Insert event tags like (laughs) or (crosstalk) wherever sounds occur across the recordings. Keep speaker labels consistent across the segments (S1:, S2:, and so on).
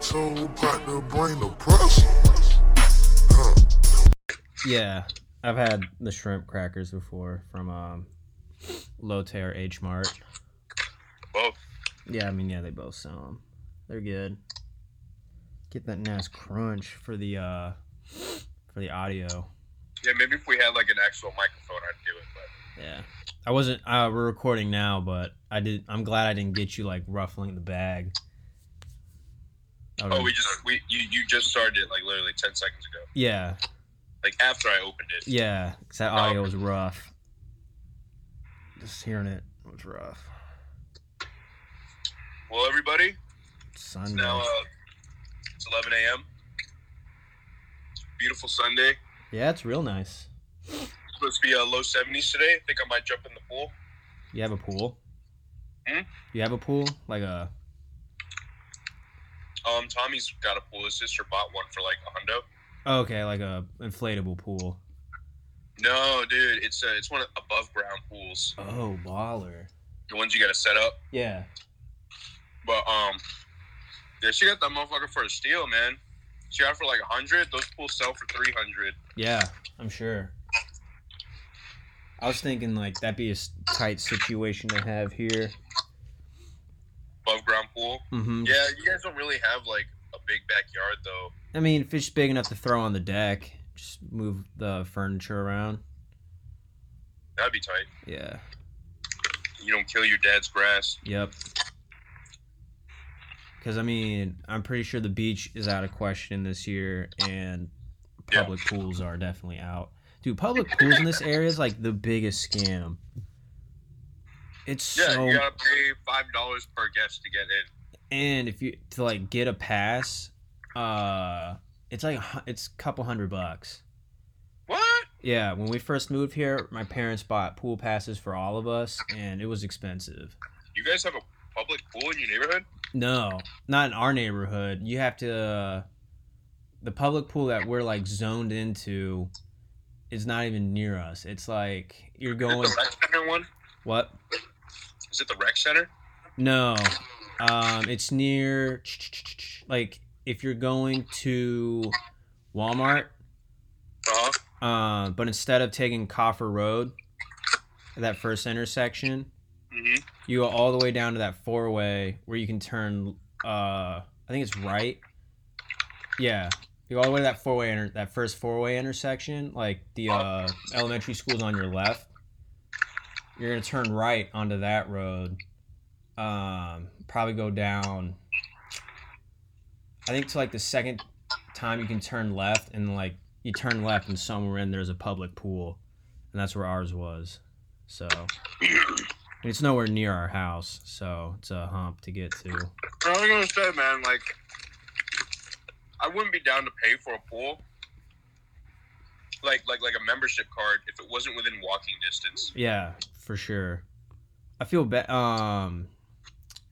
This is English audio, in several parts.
S1: told partner bring the press. Huh.
S2: Yeah, I've had the shrimp crackers before from um, Low Tear H Mart.
S3: Both.
S2: Yeah, I mean, yeah, they both sell them. They're good. Get that nice crunch for the uh for the audio.
S3: Yeah, maybe if we had like an actual microphone, I'd do it. But
S2: Yeah, I wasn't. Uh, we're recording now, but I did. I'm glad I didn't get you like ruffling the bag. I
S3: oh,
S2: would've-
S3: we just we you you just started it like literally ten seconds ago.
S2: yeah,
S3: Like after I opened it.
S2: yeah. 'cause
S3: Oh.
S2: that audio was rough. Just hearing it was rough.
S3: Well, everybody, it's
S2: Sunday.
S3: now uh, it's eleven a.m. Beautiful Sunday.
S2: Yeah, it's real nice.
S3: It's supposed to be uh, low seventies today. I think I might jump in the pool.
S2: You have a pool.
S3: Hmm?
S2: You have a pool, like a
S3: Um, Tommy's got a pool. His sister bought one for like a hundo.
S2: oh, okay, like a inflatable pool.
S3: No, dude, it's a, it's one of above ground pools,
S2: Oh, baller.
S3: the ones you got to set up.
S2: Yeah.
S3: But um, yeah, she got that motherfucker for a steal, man. She got it for like a hundred. Those pools sell for three hundred.
S2: Yeah, I'm sure. I was thinking like that'd be a s- tight situation to have here.
S3: Above ground pool.
S2: hmm
S3: Yeah, you guys don't really have like a big backyard though.
S2: I mean, if it's big enough to throw on the deck, just move the furniture around.
S3: That'd be tight.
S2: Yeah.
S3: You don't kill your dad's grass.
S2: Yep. Because I mean, I'm pretty sure the beach is out of question this year, and
S3: Yeah.
S2: public pools are definitely out. Dude, public pools in this area is like the biggest scam. It's
S3: Yeah,
S2: so
S3: you gotta pay five dollars per guest to get in.
S2: and if you to like get a pass, uh, it's like a hu- it's a couple hundred bucks.
S3: What?
S2: Yeah, when we first moved here, my parents bought pool passes for all of us, and it was expensive.
S3: You guys have a public pool in your neighborhood?
S2: No, not in our neighborhood. You have to. Uh, the public pool that we're like zoned into is not even near us. It's like you're
S3: Is it
S2: going.
S3: the rec center one?
S2: What?
S3: Is it the rec center?
S2: No. Um, it's near. Like if you're going to Walmart,
S3: Uh huh.
S2: uh, but instead of taking Coffer Road, that first intersection,
S3: Mm-hmm.
S2: you go all the way down to that four way where you can turn uh i think it's right yeah you go all the way to that four way inter- that first four way intersection like the uh elementary school's on your left you're gonna turn right onto that road um probably go down i think to like the second time you can turn left and like you turn left and somewhere in there's a public pool and that's where ours was so
S3: Mm-hmm. (clears throat)
S2: and it's nowhere near our house, so it's a hump to get to.
S3: I was gonna say, man, like, I wouldn't be down to pay for a pool, like, like, like a membership card, if it wasn't within walking distance.
S2: Yeah, for sure. I feel bad. Um,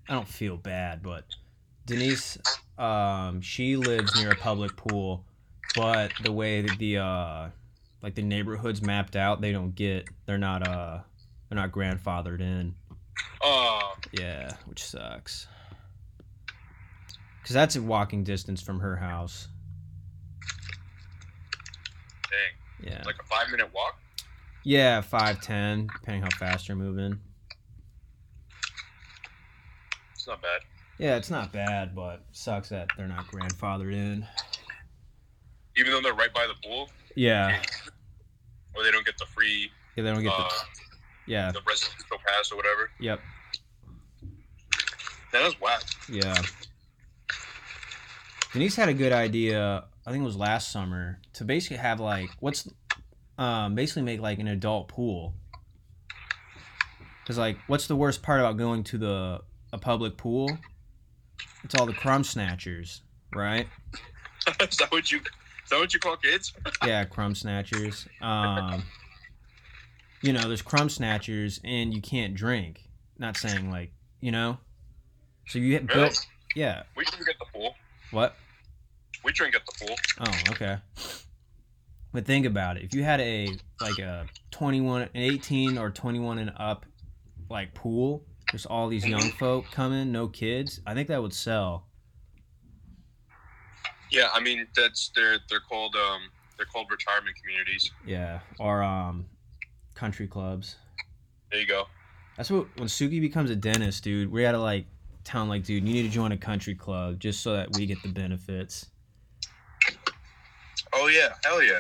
S2: I don't feel bad, but Denise, um, she lives near a public pool, but the way that the uh, like the neighborhood's mapped out, they don't get. They're not uh, they're not grandfathered in.
S3: Oh,
S2: Yeah, which sucks. Cause that's a walking distance from her house.
S3: dang,
S2: Yeah.
S3: like a five minute walk.
S2: Yeah, five ten, depending how fast you're moving.
S3: It's not bad.
S2: Yeah, it's not bad, but sucks that they're not grandfathered in.
S3: Even though they're right by the pool,
S2: Yeah,
S3: or they don't get the free,
S2: yeah they don't get
S3: uh,
S2: the yeah,
S3: the residential pass or whatever.
S2: yep,
S3: That was whack. (laughs)
S2: yeah. Denise had a good idea. I think it was last summer to basically have like what's um basically make like an adult pool. Cause like, what's the worst part about going to the a public pool? It's all the crumb snatchers, right?
S3: is that what you? Is that what you call kids?
S2: yeah, crumb snatchers. Um, you know, there's crumb snatchers, and you can't drink. Not saying like you know, so you get
S3: Really?
S2: built. Yeah.
S3: We drink at the pool.
S2: What?
S3: We drink at the pool.
S2: Oh, okay. But think about it. If you had a like a 21, an 18 or 21 and up like pool, there's all these young folk coming, no kids. I think that would sell.
S3: Yeah, I mean that's they're they're called um they're called retirement communities.
S2: Yeah, or um, country clubs.
S3: There you go.
S2: That's what when Suki becomes a dentist, dude. We gotta like tell him like, dude, you need to join a country club just so that we get the benefits.
S3: Oh yeah, hell yeah.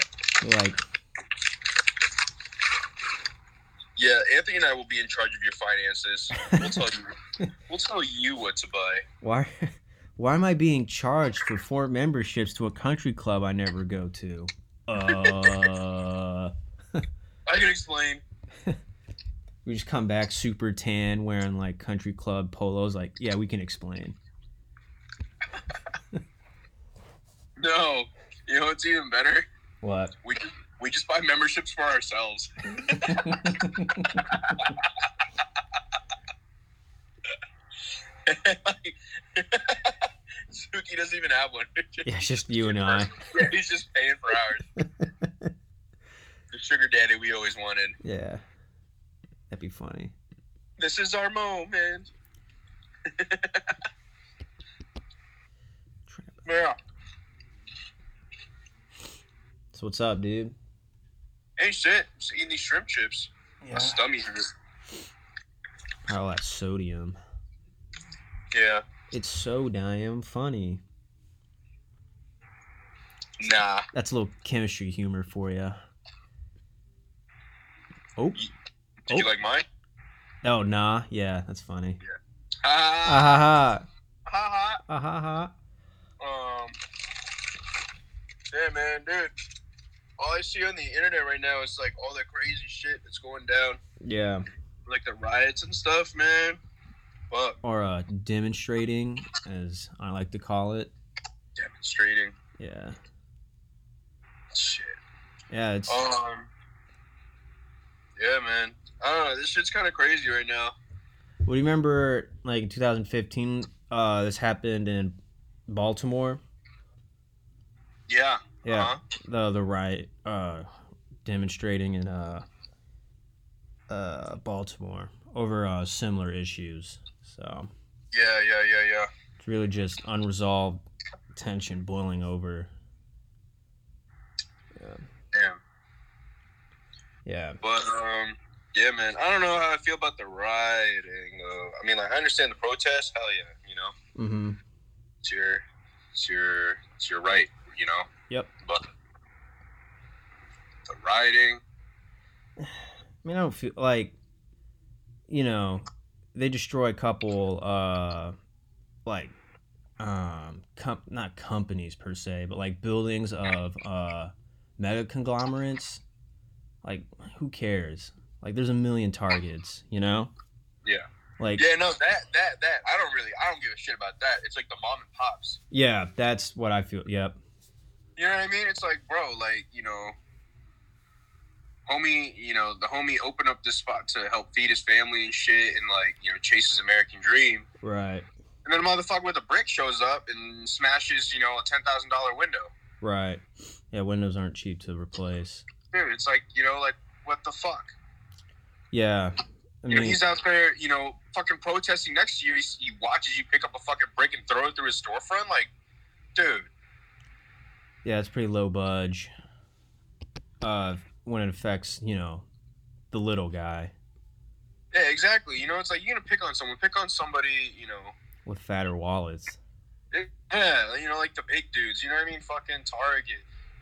S2: Like,
S3: Yeah, Anthony and I will be in charge of your finances. We'll tell you we'll tell you what to buy.
S2: why, (laughs) why am I being charged for four memberships to a country club I never go to? Uh, (laughs)
S3: I can explain.
S2: we just come back super tan, wearing like country club polos. Like, yeah, we can explain.
S3: No. You know what's even better?
S2: What? (laughs)
S3: We just we just buy memberships for ourselves. (laughs) Suki doesn't even have one. (laughs)
S2: Yeah, it's just you and I.
S3: Yeah, he's just paying for ours. the sugar daddy we always wanted.
S2: Yeah, that'd be funny.
S3: This is our moment. yeah.
S2: So what's up, dude?
S3: Hey, shit. Just eating these shrimp chips. My stomach hurts.
S2: All that sodium.
S3: Yeah.
S2: It's so damn funny.
S3: Nah.
S2: That's a little chemistry humor for you. Oh,
S3: Did you
S2: Oh.
S3: like mine?
S2: oh, nah, yeah, that's funny.
S3: Ha
S2: Ah ha
S3: ha ha.
S2: ha, ah ha ha.
S3: ha. Um. Yeah, man, dude. All I see on the internet right now is like all the crazy shit that's going down,
S2: Yeah.
S3: like the riots and stuff, man. Fuck,
S2: Or uh, demonstrating, as I like to call it.
S3: demonstrating.
S2: Yeah,
S3: Shit.
S2: yeah, it's
S3: Um. Yeah, man. I don't know. This shit's kind of crazy right now.
S2: Well, you remember, like in 2015, uh, this happened in Baltimore.
S3: Yeah.
S2: Yeah,
S3: Uh-huh.
S2: the the riot uh, demonstrating in uh, uh, Baltimore over uh, similar issues. So
S3: Yeah, yeah, yeah, yeah.
S2: it's really just unresolved tension boiling over.
S3: Damn.
S2: Yeah,
S3: But um, yeah, man. I don't know how I feel about the rioting. Though. I mean, like I understand the protest. Hell yeah, you know,
S2: mm-hmm.
S3: it's your, it's your, it's your right. You know.
S2: Yep.
S3: But the rioting.
S2: I mean, I don't feel like, you know, they destroy a couple, uh, like, um, com- not companies per se, but like buildings of uh, mega conglomerates. Like, who cares? Like, there's a million targets, you know?
S3: Yeah.
S2: Like, yeah,
S3: Yeah, no, that, that, that. I don't really, I don't give a shit about that. It's like the mom and pops.
S2: that's what I feel. Yep.
S3: You know what I mean? It's like, bro, like you know, homie, you know, the homie opened up this spot to help feed his family and shit, and like you know, chase his American dream.
S2: Right.
S3: And then a motherfucker with a brick shows up and smashes, you know, a ten thousand dollar window.
S2: Right. Yeah, windows aren't cheap to replace.
S3: Dude, it's like, you know, like what the fuck?
S2: Yeah. I
S3: You know,
S2: mean,
S3: he's out there, you know, fucking protesting next to you. He's, he watches you pick up a fucking brick and throw it through his storefront. Like, dude,
S2: Yeah, it's pretty low budge. Uh, when it affects you know, the little guy
S3: yeah, exactly. You know, it's like you're gonna pick on someone, pick on somebody, you know.
S2: with fatter wallets.
S3: Yeah, you know, like the big dudes. You know what I mean? Fucking Target.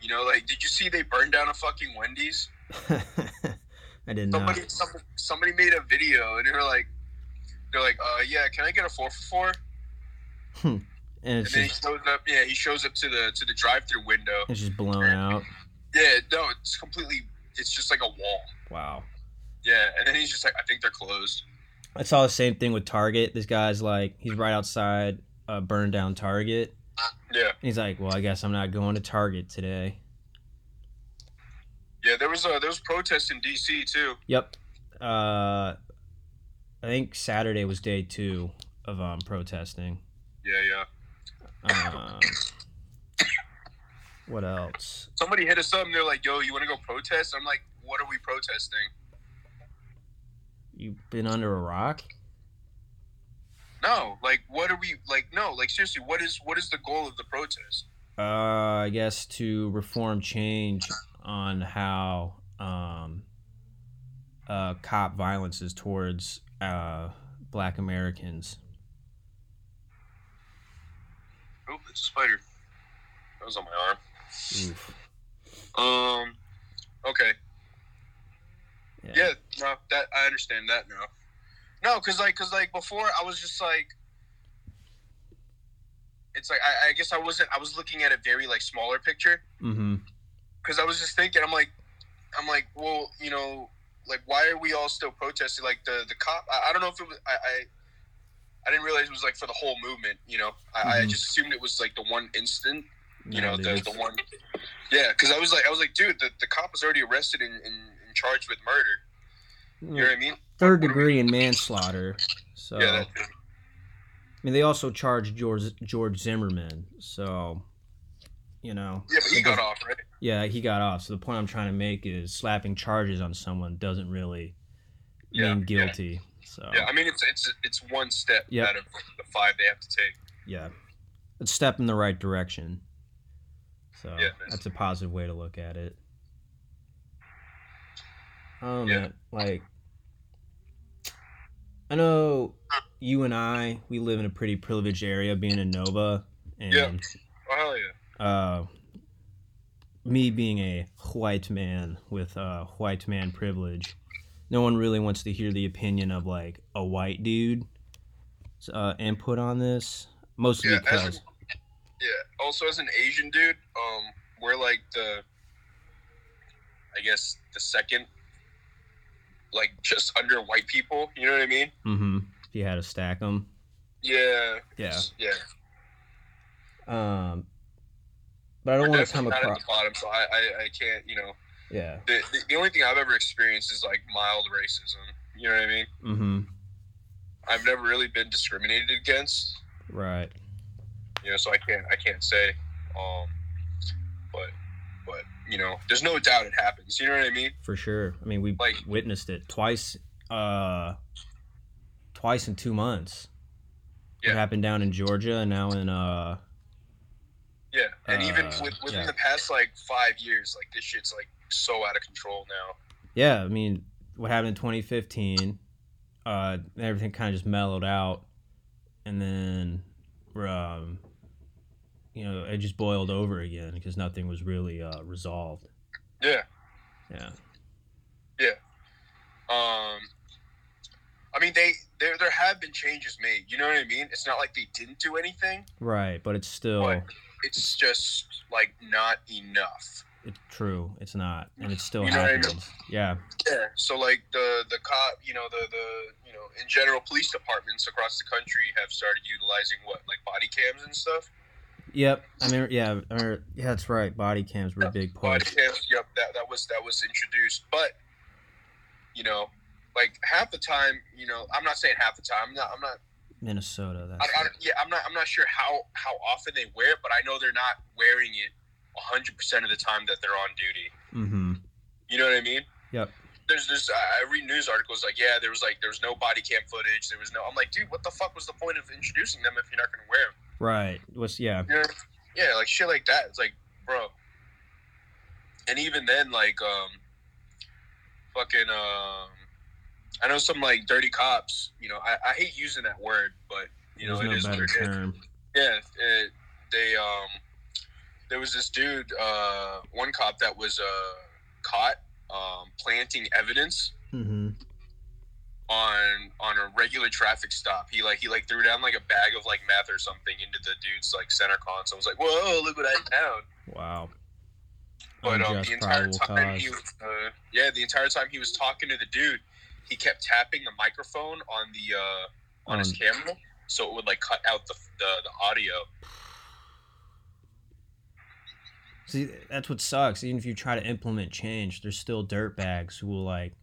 S3: You know, like, did you see they burned down a fucking Wendy's?
S2: (laughs) I did not.
S3: Somebody, some, somebody made a video and they were like, they're like, uh, yeah, can I get a four for four?
S2: And
S3: And
S2: it's
S3: then he
S2: just
S3: shows up. Yeah, he shows up to the to the drive-through window.
S2: it's just blown out.
S3: Yeah, no, it's completely. It's just like a wall.
S2: Wow.
S3: Yeah, and then he's just like, I think they're closed.
S2: I saw the same thing with Target. This guy's like, he's right outside a burned down Target.
S3: Yeah,
S2: And he's like, well, I guess I'm not going to Target today.
S3: yeah. There was a there was protests in D.C. too.
S2: Yep. Uh, I think Saturday was day two of um protesting.
S3: Yeah, yeah.
S2: Um, what else?
S3: Somebody hit us up and they're like, Yo, you want to go protest? I'm like, What are we protesting?
S2: You've been under a rock?
S3: No, like, what are we like? No, like seriously, what is what is the goal of the protest?
S2: uh, I guess to reform change on how um, uh, cop violence is towards uh, Black Americans.
S3: Oh, it's a spider. That was on my arm.
S2: Oof.
S3: Um. Okay.
S2: Yeah.
S3: Yeah. No, that I understand that now. No, cause like, cause like before, I was just like, it's like I, I guess I wasn't. I was looking at a very like smaller picture
S2: Mm-hmm.
S3: because I was just thinking. I'm like, I'm like, well, you know, like why are we all still protesting? Like the the cop. I, I don't know if it was. I, I I didn't realize it was like for the whole movement. You know, I, I
S2: Mhm.
S3: just assumed it was like the one instant you know the, the one yeah because i was like i was like dude the, the cop was already arrested and, and, and charged with murder you know what i mean
S2: third degree in manslaughter. So
S3: yeah that,
S2: I mean, they also charged George George Zimmerman. So you know,
S3: yeah but he got off right
S2: yeah, he got off. So the point I'm trying to make is slapping charges on someone doesn't really
S3: Yeah,
S2: mean
S3: yeah.
S2: guilty. So
S3: yeah i mean it's it's it's one step
S2: Yeah.
S3: out of the five they have to take
S2: yeah, it's a step in the right direction. So
S3: Yeah.
S2: that's a positive way to look at it. I don't
S3: Yeah.
S2: know, like I know you and I, we live in a pretty privileged area, being in Nova, and
S3: Yeah. oh hell yeah
S2: uh, me being a white man with uh, white man privilege, no one really wants to hear the opinion of like a white dude uh, input on this. Mostly
S3: yeah as
S2: because
S3: an, yeah also as an asian dude um we're like the i guess the second like just under white people you know what i mean
S2: hmm if you had to stack them,
S3: yeah
S2: yeah.
S3: yeah
S2: Um, but I don't
S3: We're
S2: want to come
S3: definitely not at
S2: across.
S3: the bottom so I, I i can't you know
S2: Yeah.
S3: the, the, the only thing I've ever experienced is like mild racism. You know what I mean?
S2: Mm-hmm.
S3: I've never really been discriminated against.
S2: Right.
S3: You know, so I can't I can't say. Um, but but you know, there's no doubt it happens. You know what I mean?
S2: For sure. I mean, we
S3: Like-
S2: witnessed it twice. Uh, twice in two months. It
S3: Yeah.
S2: happened down in Georgia, and now in uh.
S3: Yeah. And even
S2: Uh,
S3: with, within
S2: yeah.
S3: the past like five years, like this shit's like so out of control now.
S2: yeah, I mean, what happened in 2015, uh, everything kind of just mellowed out, and then, um, you know, it just boiled over again because nothing was really uh, resolved.
S3: Yeah.
S2: Yeah.
S3: Um. I mean, they there there have been changes made. You know what I mean? It's not like they didn't do anything.
S2: Right, but it's still
S3: Right. It's just like not enough.
S2: it's true. It's not, and it still
S3: You know what I mean?
S2: happens. Yeah.
S3: Yeah. So like the the cop, you know, the the you know, in general, police departments across the country have started utilizing what like body cams and stuff.
S2: Yep. I mean, yeah. I remember, yeah, that's right. Body cams were a big part.
S3: Body cams. Yep. That that was that was introduced, but you know, like half the time, you know, I'm not saying half the time. I'm not. I'm not.
S2: Minnesota.
S3: I,
S2: That's
S3: I, yeah. I'm not. I'm not sure how how often they wear it, but I know they're not wearing it 100 percent of the time that they're on duty.
S2: Mm-hmm.
S3: You know what I mean?
S2: Yep.
S3: There's this. I I read news articles like, yeah, there was like there was no body cam footage. There was no. I'm like, dude, what the fuck was the point of introducing them if you're not gonna wear them?
S2: Right. What's yeah.
S3: You know? Yeah, like shit like that. It's like, bro. And even then, like, um, fucking, um, I know some like dirty cops. You know, I, I hate using that word, but you know,
S2: There's no
S3: it is
S2: better
S3: what it is.
S2: term.
S3: Yeah, it, they um, there was this dude, uh, one cop that was uh caught um planting evidence
S2: Mm-hmm.
S3: on on a regular traffic stop. He like he like threw down like a bag of like meth or something into the dude's like center console. I was like, whoa, look what I found.
S2: Wow.
S3: But um,
S2: Unjust
S3: the entire
S2: probable
S3: time
S2: cause.
S3: he was, uh, yeah, the entire time he was talking to the dude, he kept tapping the microphone on the uh, on his
S2: Um,
S3: camera, so it would like cut out the the, the audio.
S2: See, that's what sucks. Even if you try to implement change, there's still dirtbags who will like,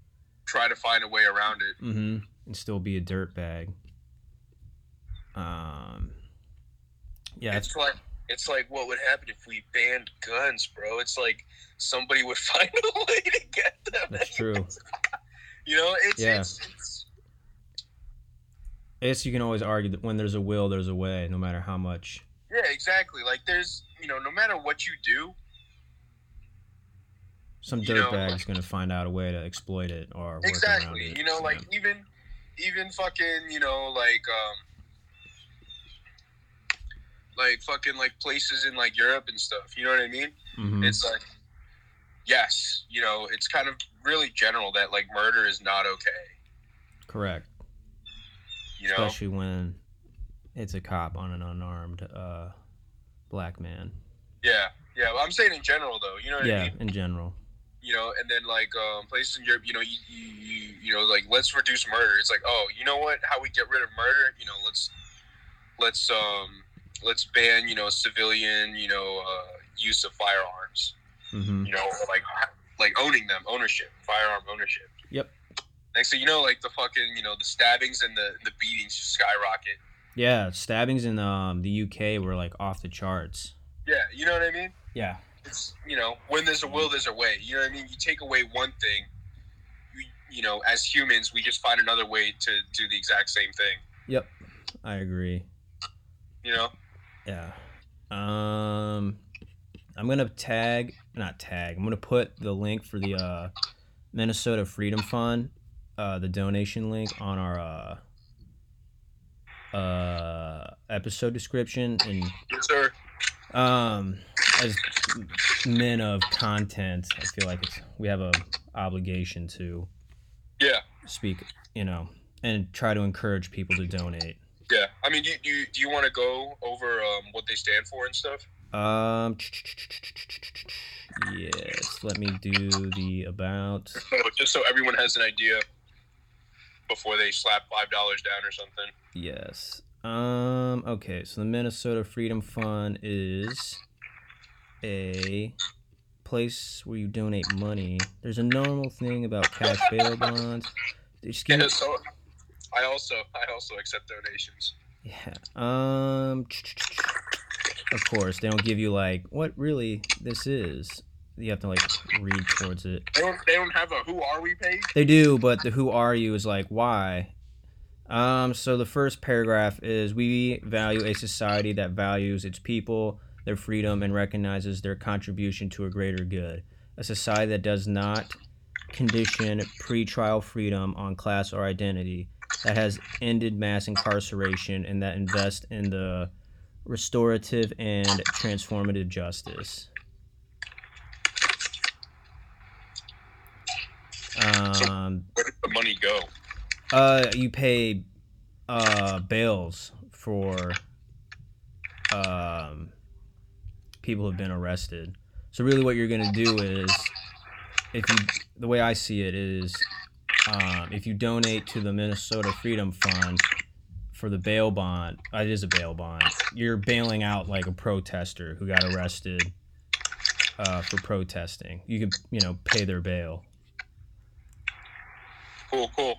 S3: Try to find a way around it.
S2: mm-hmm, and still be a dirtbag. Um. Yeah, that's
S3: it's like it's like what would happen if we banned guns, bro. It's like somebody would (laughs) find a way to get them.
S2: that's true.
S3: You know, it's
S2: Yeah.
S3: it's, it's
S2: I guess you can always argue that when there's a will, there's a way, no matter how much
S3: Yeah, exactly. Like there's, you know, no matter what you do,
S2: Some
S3: You know,
S2: dirtbag's gonna find out a way to exploit it or work
S3: exactly.
S2: around it.
S3: You know, like even, even fucking, you know, like, um, like fucking like places in like Europe and stuff. You know what I mean?
S2: hmm
S3: It's like, yes, you know, it's kind of really general that like murder is not okay.
S2: correct,
S3: You know,
S2: especially when it's a cop on an unarmed uh, black man.
S3: yeah, yeah. Well, I'm saying in general though. You know what I
S2: Yeah,
S3: mean?
S2: in general.
S3: You know, and then like um, places in Europe, you know, you, you you you know, like let's reduce murder. It's like, oh, you know what? How we get rid of murder? You know, let's let's um let's ban you know civilian you know uh, use of firearms.
S2: hmm
S3: You know, or, like like owning them, ownership, firearm ownership.
S2: Yep.
S3: Next thing you know, like the fucking, you know, the stabbings and the the beatings just skyrocket.
S2: Yeah, stabbings in um, the UK were like off the charts.
S3: Yeah, you know what I mean?
S2: Yeah,
S3: It's you know, when there's a will, there's a way. You know what I mean? You take away one thing, you, you know, as humans, we just find another way to do the exact same thing.
S2: I agree.
S3: You know?
S2: Yeah. Um, I'm gonna tag, not tag. I'm gonna put the link for the uh, Minnesota Freedom Fund, uh, the donation link on our uh, uh, episode description, and
S3: Yes, sir.
S2: um, as men of content, I feel like it's, we have a obligation to
S3: Yeah,
S2: speak, you know, and try to encourage people to donate.
S3: yeah. I mean, do you do you, do you want to go over um, what they stand for and stuff?
S2: Um. Yes. Let me do the about.
S3: Just so everyone has an idea before they slap five dollars down or something.
S2: Yes. Um. Okay. So the Minnesota Freedom Fund is a place where you donate money. There's a normal thing about cash bail bonds. They just give
S3: Yeah.
S2: it-
S3: (laughs) So I also I also accept donations.
S2: Yeah. Um. Of course, they don't give you like what really this is. You have to like read towards it.
S3: They don't they don't have a who are we page.
S2: They do, but the who are you is like why. Um, so the first paragraph is we value a society that values its people, their freedom, and recognizes their contribution to a greater good. A society that does not condition pretrial freedom on class or identity, that has ended mass incarceration, and that invests in the restorative and transformative justice. Um,
S3: Where did the money go?
S2: uh, you pay uh bails for um people who've been arrested. So really, what you're gonna do is, if you, the way I see it is, um, if you donate to the Minnesota Freedom Fund for the bail bond, uh, it is a bail bond. You're bailing out like a protester who got arrested uh, for protesting. You can, you know, pay their bail.
S3: Cool, cool.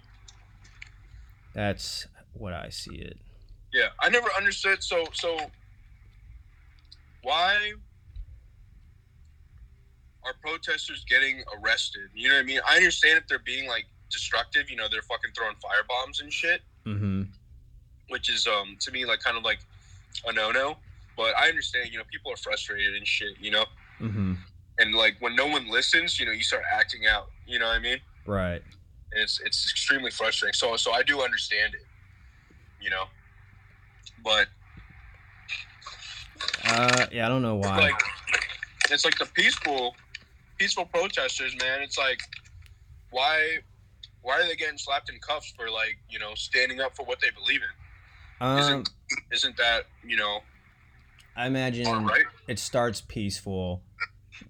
S2: That's what I see it.
S3: Yeah, I never understood. So, so why are protesters getting arrested? You know what I mean? I understand if they're being like destructive. You know, they're fucking throwing firebombs and shit,
S2: Mm-hmm.
S3: which is um to me like kind of like a no no. But I understand. You know, people are frustrated and shit. You know,
S2: Mm-hmm.
S3: and like when no one listens, you know, you start acting out. You know what I mean?
S2: Right.
S3: and it's it's extremely frustrating. So so I do understand it, you know, but
S2: Uh, yeah, I don't know why.
S3: like it's like the peaceful peaceful protesters, man. It's like why why are they getting slapped in cuffs for like you know standing up for what they believe in?
S2: um,
S3: Isn't isn't that you know
S2: I imagine
S3: all right?
S2: it starts peaceful.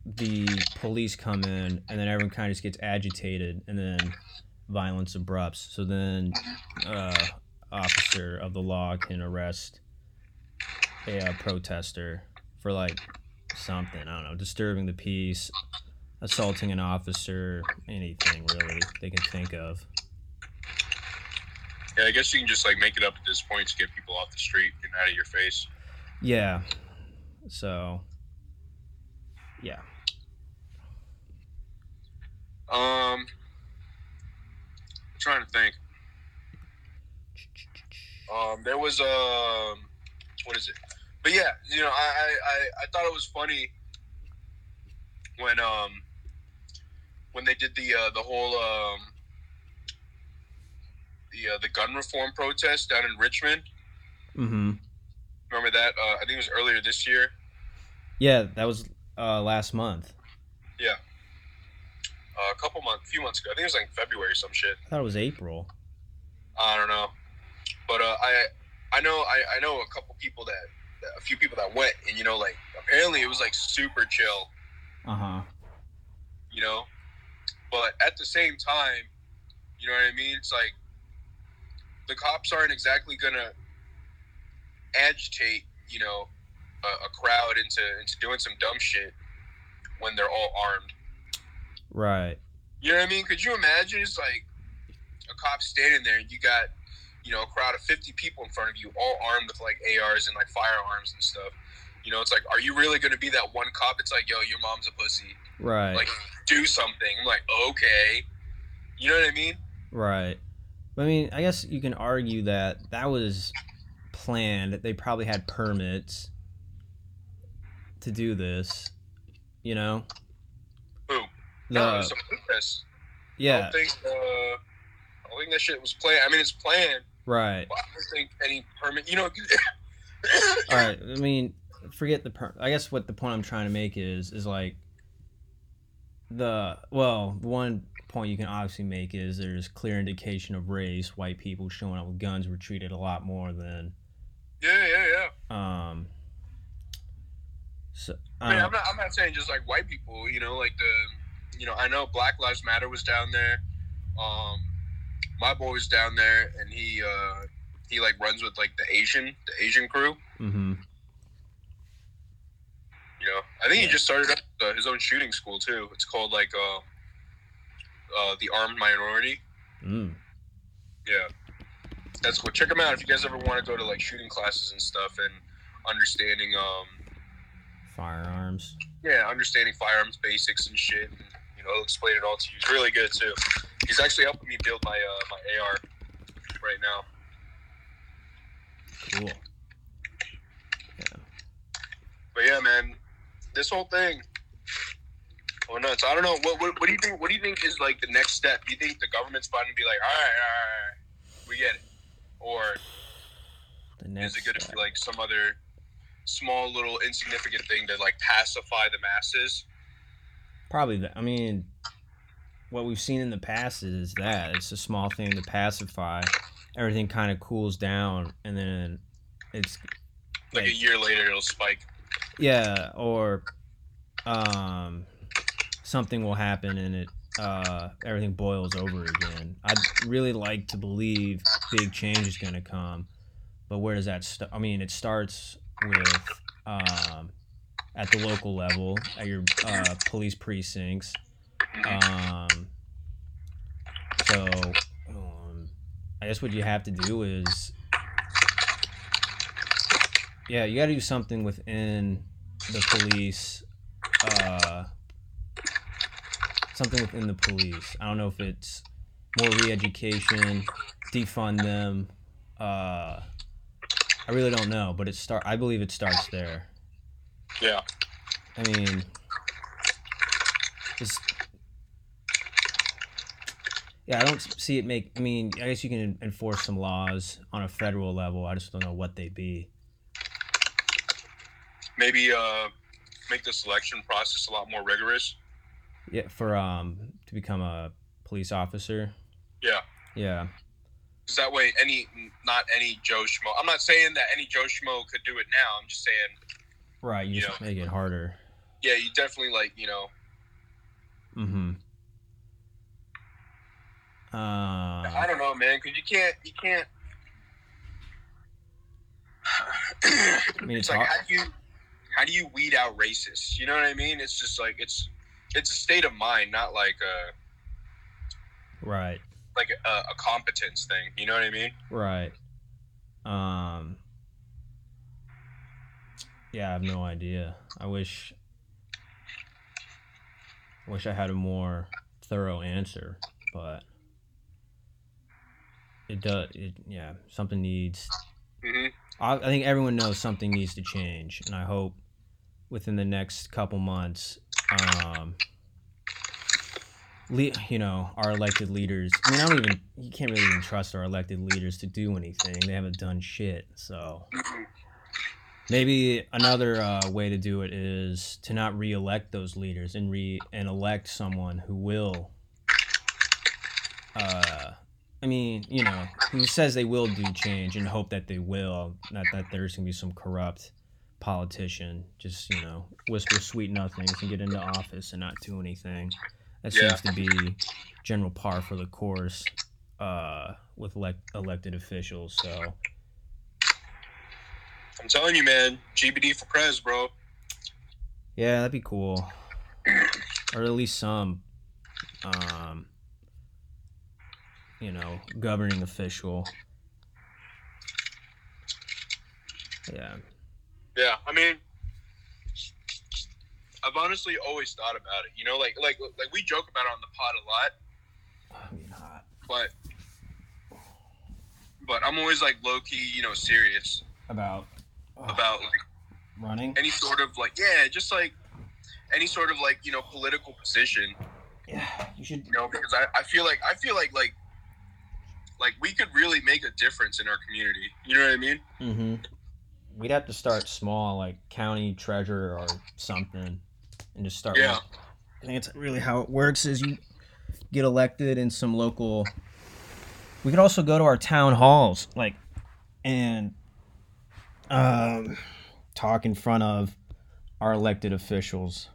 S2: The police come in, and then everyone kind of just gets agitated, and then violence erupts. So then, uh, officer of the law can arrest a uh, protester for like something I don't know, disturbing the peace, assaulting an officer, anything really they can think of.
S3: Yeah, I guess you can just like make it up at this point to get people off the street and out of your face.
S2: Yeah. So. Yeah.
S3: Um, trying to think. Um, there was um, what is it? but yeah, you know, I, I, I, I thought it was funny when um when they did the uh, the whole um the uh, the gun reform protest down in Richmond.
S2: Mm-hmm.
S3: Remember that? Uh, I think it was earlier this year.
S2: Yeah, that was uh, last month.
S3: Uh, a couple months, few months ago. I think it was like February or some shit.
S2: I thought it was April.
S3: I don't know, but uh, I I know I, I know a couple people that a few people that went, and you know, like apparently it was like super chill.
S2: Uh huh.
S3: you know. But at the same time, you know what I mean? It's like the cops aren't exactly gonna agitate, you know, a, a crowd into into doing some dumb shit when they're all armed.
S2: Right.
S3: You know what I mean? Could you imagine? It's like a cop standing there, and you got you know a crowd of fifty people in front of you, all armed with like ARs and like firearms and stuff. You know, it's like, are you really gonna be that one cop? It's like, yo, your mom's a pussy.
S2: Right.
S3: Like, do something. I'm like, okay. You know what I mean?
S2: Right. I mean, I guess you can argue that that was planned. They probably had permits to do this. You know.
S3: Who? no, it
S2: The,
S3: was a protest. I
S2: yeah.
S3: don't think. Uh, I don't think that shit was planned. I mean, it's planned,
S2: Right.
S3: but I don't think any permit. You know. (laughs)
S2: All right. I mean, forget the. Per- I guess what the point I'm trying to make is is like the well, one point you can obviously make is there's clear indication of race. White people showing up with guns were treated a lot more than
S3: yeah, yeah, yeah.
S2: um. So uh,
S3: I
S2: I
S3: mean,
S2: don't
S3: I'm not. I'm not saying just like white people. You know, like the. You know, I know Black Lives Matter was down there. Um, my boy was down there, and he uh, he like runs with like the Asian the Asian crew.
S2: know. hmm
S3: You know, I think
S2: Yeah.
S3: he just started up uh, his own shooting school too. It's called like uh, uh, the Armed Minority.
S2: Mm.
S3: Yeah, that's cool. Check them out if you guys ever want to go to like shooting classes and stuff and understanding, um,
S2: Firearms.
S3: yeah, understanding firearms basics and shit. And, you know, he'll explain it all to you. He's really good too. He's actually helping me build my uh, my AR right now.
S2: Cool.
S3: But yeah, man, this whole thing. Oh nuts! I don't know. What, what what do you think? What do you think is like the next step? Do you think the government's about to be like, all right, all right, all right we get it, or
S2: The next.
S3: is it going to
S2: step.
S3: be like some other small little insignificant thing to like pacify the masses
S2: Probably. The, I mean, what we've seen in the past is that it's a small thing to pacify. Everything kind of cools down, and then it's
S3: like a
S2: Right.
S3: year later it'll spike
S2: yeah, or um, something will happen, and it uh, everything boils over again. I'd really like to believe big change is going to come, but where does that start? I mean, it starts with um, at the local level, at your uh, police precincts. Um, so, um, I guess what you have to do is, yeah, you got to do something within the police, uh, something within the police. I don't know if it's more re-education, defund them. Uh, I really don't know, but it start. I believe it starts there.
S3: yeah
S2: I mean, just yeah, I don't see it make. I mean, I guess you can enforce some laws on a federal level. I just don't know what they'd be.
S3: maybe uh make the selection process a lot more rigorous
S2: Yeah, for um to become a police officer.
S3: Yeah.
S2: Yeah.
S3: because that way any not any joe schmo i'm not saying that any joe schmo could do it now i'm just saying
S2: Right. You just
S3: Yeah.
S2: make it harder.
S3: yeah you definitely like you know
S2: Mm-hmm.
S3: i
S2: Uh,
S3: don't know man because you can't you can't
S2: I mean,
S3: it's
S2: it's
S3: like
S2: hard.
S3: how do you how do you weed out racists? You know what I mean? It's just like it's it's a state of mind, not like a
S2: Right.
S3: like a, a competence thing. You know what I mean?
S2: Right. Um. Yeah, I have no idea. I wish. I wish I had a more thorough answer, but it does. It yeah, something needs
S3: hmm
S2: I, I think everyone knows something needs to change, and I hope within the next couple months, um, le- you know, our elected leaders. I mean, I don't even you can't really even trust our elected leaders to do anything. They haven't done shit. So maybe another uh, way to do it is to not reelect those leaders and re and elect someone who will. Uh, I mean, you know, who says they will do change and hope that they will, not that there's gonna be some corrupt politician just you know whisper sweet nothings and get into office and not do anything. That
S3: Yeah.
S2: seems to be general par for the course uh, with elect- elected officials. So
S3: I'm telling you, man. GBD for Prez, bro.
S2: yeah, that'd be cool, or at least some, um, you know, governing official. Yeah.
S3: Yeah, I mean, I've honestly always thought about it. You know, like like like we joke about it on the pod a lot,
S2: I mean, hot.
S3: but but I'm always like low key, you know, serious
S2: About uh,
S3: about like
S2: running.
S3: any sort of like yeah, just like any sort of like you know political position.
S2: Yeah, you should.
S3: You know, because I, I feel like I feel like like like we could really make a difference in our community. You know what I mean?
S2: hmm We'd have to start small, like county treasurer or something, and just start.
S3: Yeah.
S2: I think it's really how it works is you get elected in some local. We could also go to our town halls, like, and um, talk in front of our elected officials.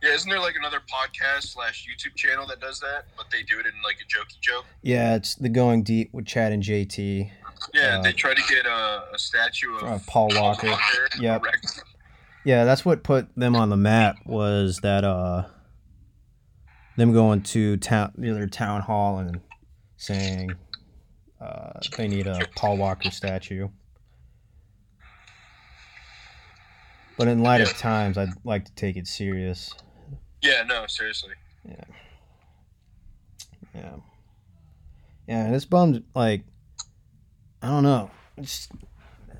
S3: Yeah, isn't there like another podcast slash YouTube channel that does that? But they do it in like a jokey joke.
S2: Yeah, it's the going deep with Chad and JT.
S3: Yeah,
S2: Uh,
S3: they try to get a, a statue of
S2: Uh, Paul Walker. Yep.
S3: erect.
S2: Yeah, that's what put them on the map was that uh them going to town the other town hall and saying uh, they need a Paul Walker statue. But in light of times, I'd like to take it serious.
S3: Yeah, no, seriously.
S2: Yeah. Yeah, and it's bummed. Like, I don't know. It's,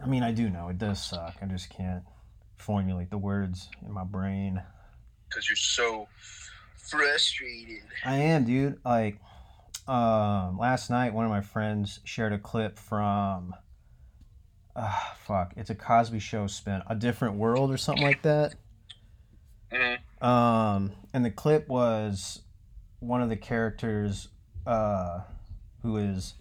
S2: I mean, I do know it does suck. I just can't formulate the words in my brain.
S3: Because you're so frustrated.
S2: I am, dude. Like, um, last night, one of my friends shared a clip from, uh, fuck, it's a Cosby Show spin, A Different World or something like that.
S3: Mhm.
S2: Um, and the clip was one of the characters, uh, who is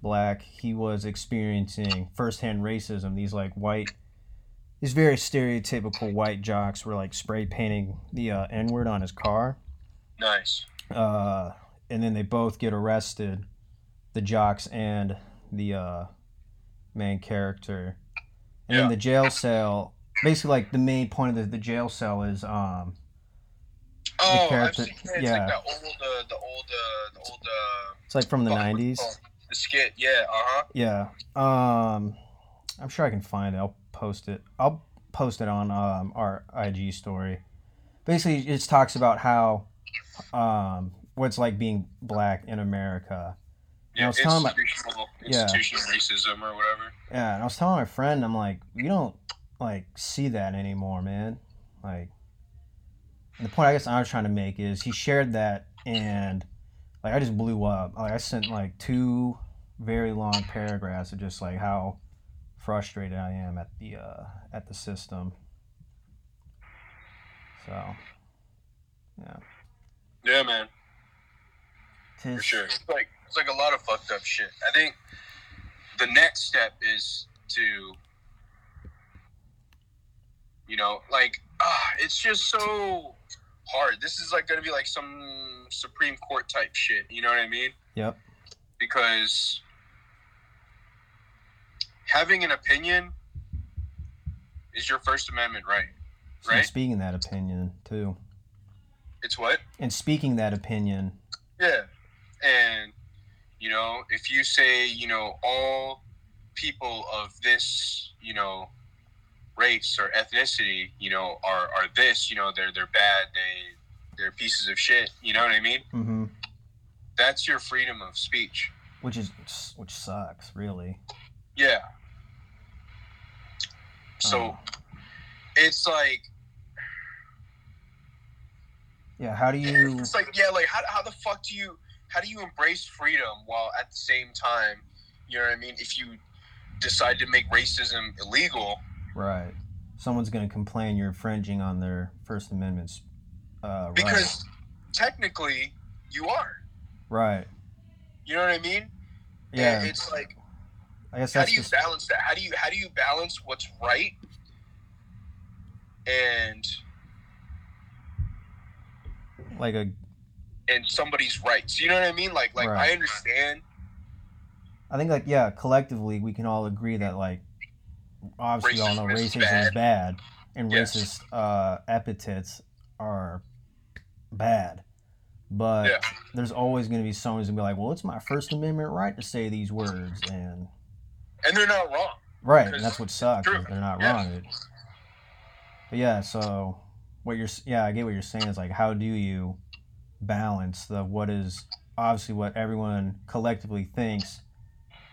S2: black. He was experiencing firsthand racism. These like white, these very stereotypical white jocks were like spray painting the uh, N word on his car
S3: Nice.
S2: uh, and then they both get arrested, the jocks and the uh, main character. And then
S3: Yeah.
S2: the jail cell, basically, like the main point of the, the jail cell is, um,
S3: Oh, I've
S2: character-
S3: seen that. It's
S2: yeah.
S3: like that old, uh, the old, uh, the old, uh,
S2: it's like from the
S3: Oh,
S2: '90s.
S3: the skit. Yeah, uh huh.
S2: Yeah, um, I'm sure I can find it. I'll post it. I'll post it on um, our IG story. Basically, it just talks about how, um, what it's like being black in America. I
S3: Yeah,
S2: was telling my-
S3: institutional,
S2: Yeah.
S3: institutional racism or whatever.
S2: Yeah, and I was telling my friend, I'm like, you don't like see that anymore, man. Like, and the point I guess I was trying to make is he shared that, and like I just blew up. Like I sent like two very long paragraphs of just like how frustrated I am at the uh, at the system. So,
S3: Yeah, man, for
S2: tis-
S3: sure. It's like it's like a lot of fucked up shit. I think the next step is to, you know, like ah, it's just so hard. This is like gonna be like some Supreme Court type shit. You know what I mean?
S2: Yep.
S3: because having an opinion is your First Amendment right.
S2: And
S3: Right?
S2: speaking that opinion too,
S3: It's what?
S2: and speaking that opinion,
S3: Yeah. And, you know, if you say, you know, all people of this, you know, race or ethnicity, you know, are, are this, you know, they're they're bad, they they're pieces of shit, you know what I mean?
S2: hmm
S3: That's your freedom of speech.
S2: which is which sucks really.
S3: Yeah. So
S2: Um,
S3: it's like
S2: yeah, how do you?
S3: it's like yeah, like how, how the fuck do you how do you embrace freedom while at the same time, you know what I mean? If you decide to make racism illegal,
S2: Right. Someone's going to complain you're infringing on their First Amendment's uh, right.
S3: because technically you are.
S2: Right.
S3: You know what I mean?
S2: Yeah.
S3: And It's like
S2: I guess
S3: how
S2: that's
S3: do you
S2: just
S3: balance that? How do you how do you balance what's right and
S2: like a.
S3: and somebody's rights? You know what I mean? Like like
S2: Right.
S3: I understand.
S2: I think like yeah, collectively we can all agree that like obviously we all know
S3: Racism is
S2: racism is bad and
S3: Yes.
S2: racist uh, epithets are bad, but
S3: Yeah.
S2: there's always going to be someone who's going to be like, well, it's my First Amendment right to say these words and.
S3: And they're not wrong.
S2: Right,
S3: Because
S2: and that's what sucks.
S3: true.
S2: is They're not
S3: Yeah.
S2: wrong. But yeah, so what you're s- yeah, I get what you're saying is like how do you balance the what is obviously what everyone collectively thinks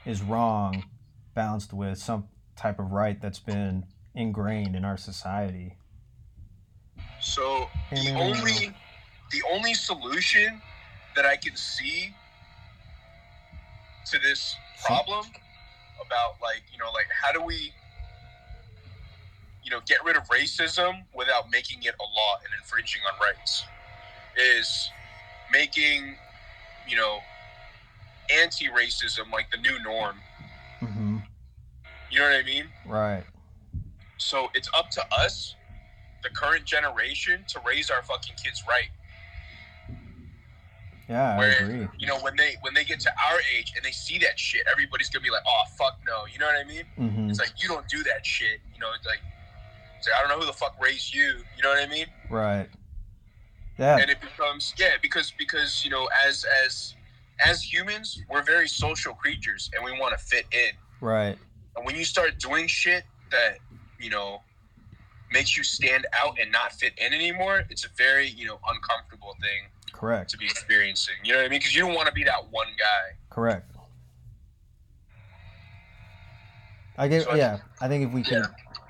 S2: is wrong balanced with some type of right that's been ingrained in our society.
S3: So the
S2: Mm.
S3: only the only solution that I can see to this problem about like you know like how do we you know get rid of racism without making it a law and infringing on rights is making you know anti-racism like the new norm
S2: hmm
S3: you know what i mean
S2: Right.
S3: so it's up to us, the current generation, to raise our fucking kids right.
S2: Yeah, I
S3: Where-
S2: agree.
S3: You know, when they when they get to our age and they see that shit, everybody's gonna be like, "Oh fuck no," you know what I mean?
S2: hmm
S3: It's like you don't do that shit. You know, it's like, it's like I don't know who the fuck raised you. You know what I mean?
S2: Right. Yeah.
S3: And it becomes yeah, because because you know, as as as humans, we're very social creatures and we want to fit in.
S2: Right.
S3: And when you start doing shit that, you know, makes you stand out and not fit in anymore, it's a very, you know, uncomfortable thing
S2: Correct.
S3: to be experiencing. You know what I mean? Because you don't want to be that one guy.
S2: Correct. I get
S3: So I-
S2: yeah. I think if we could,
S3: Yeah.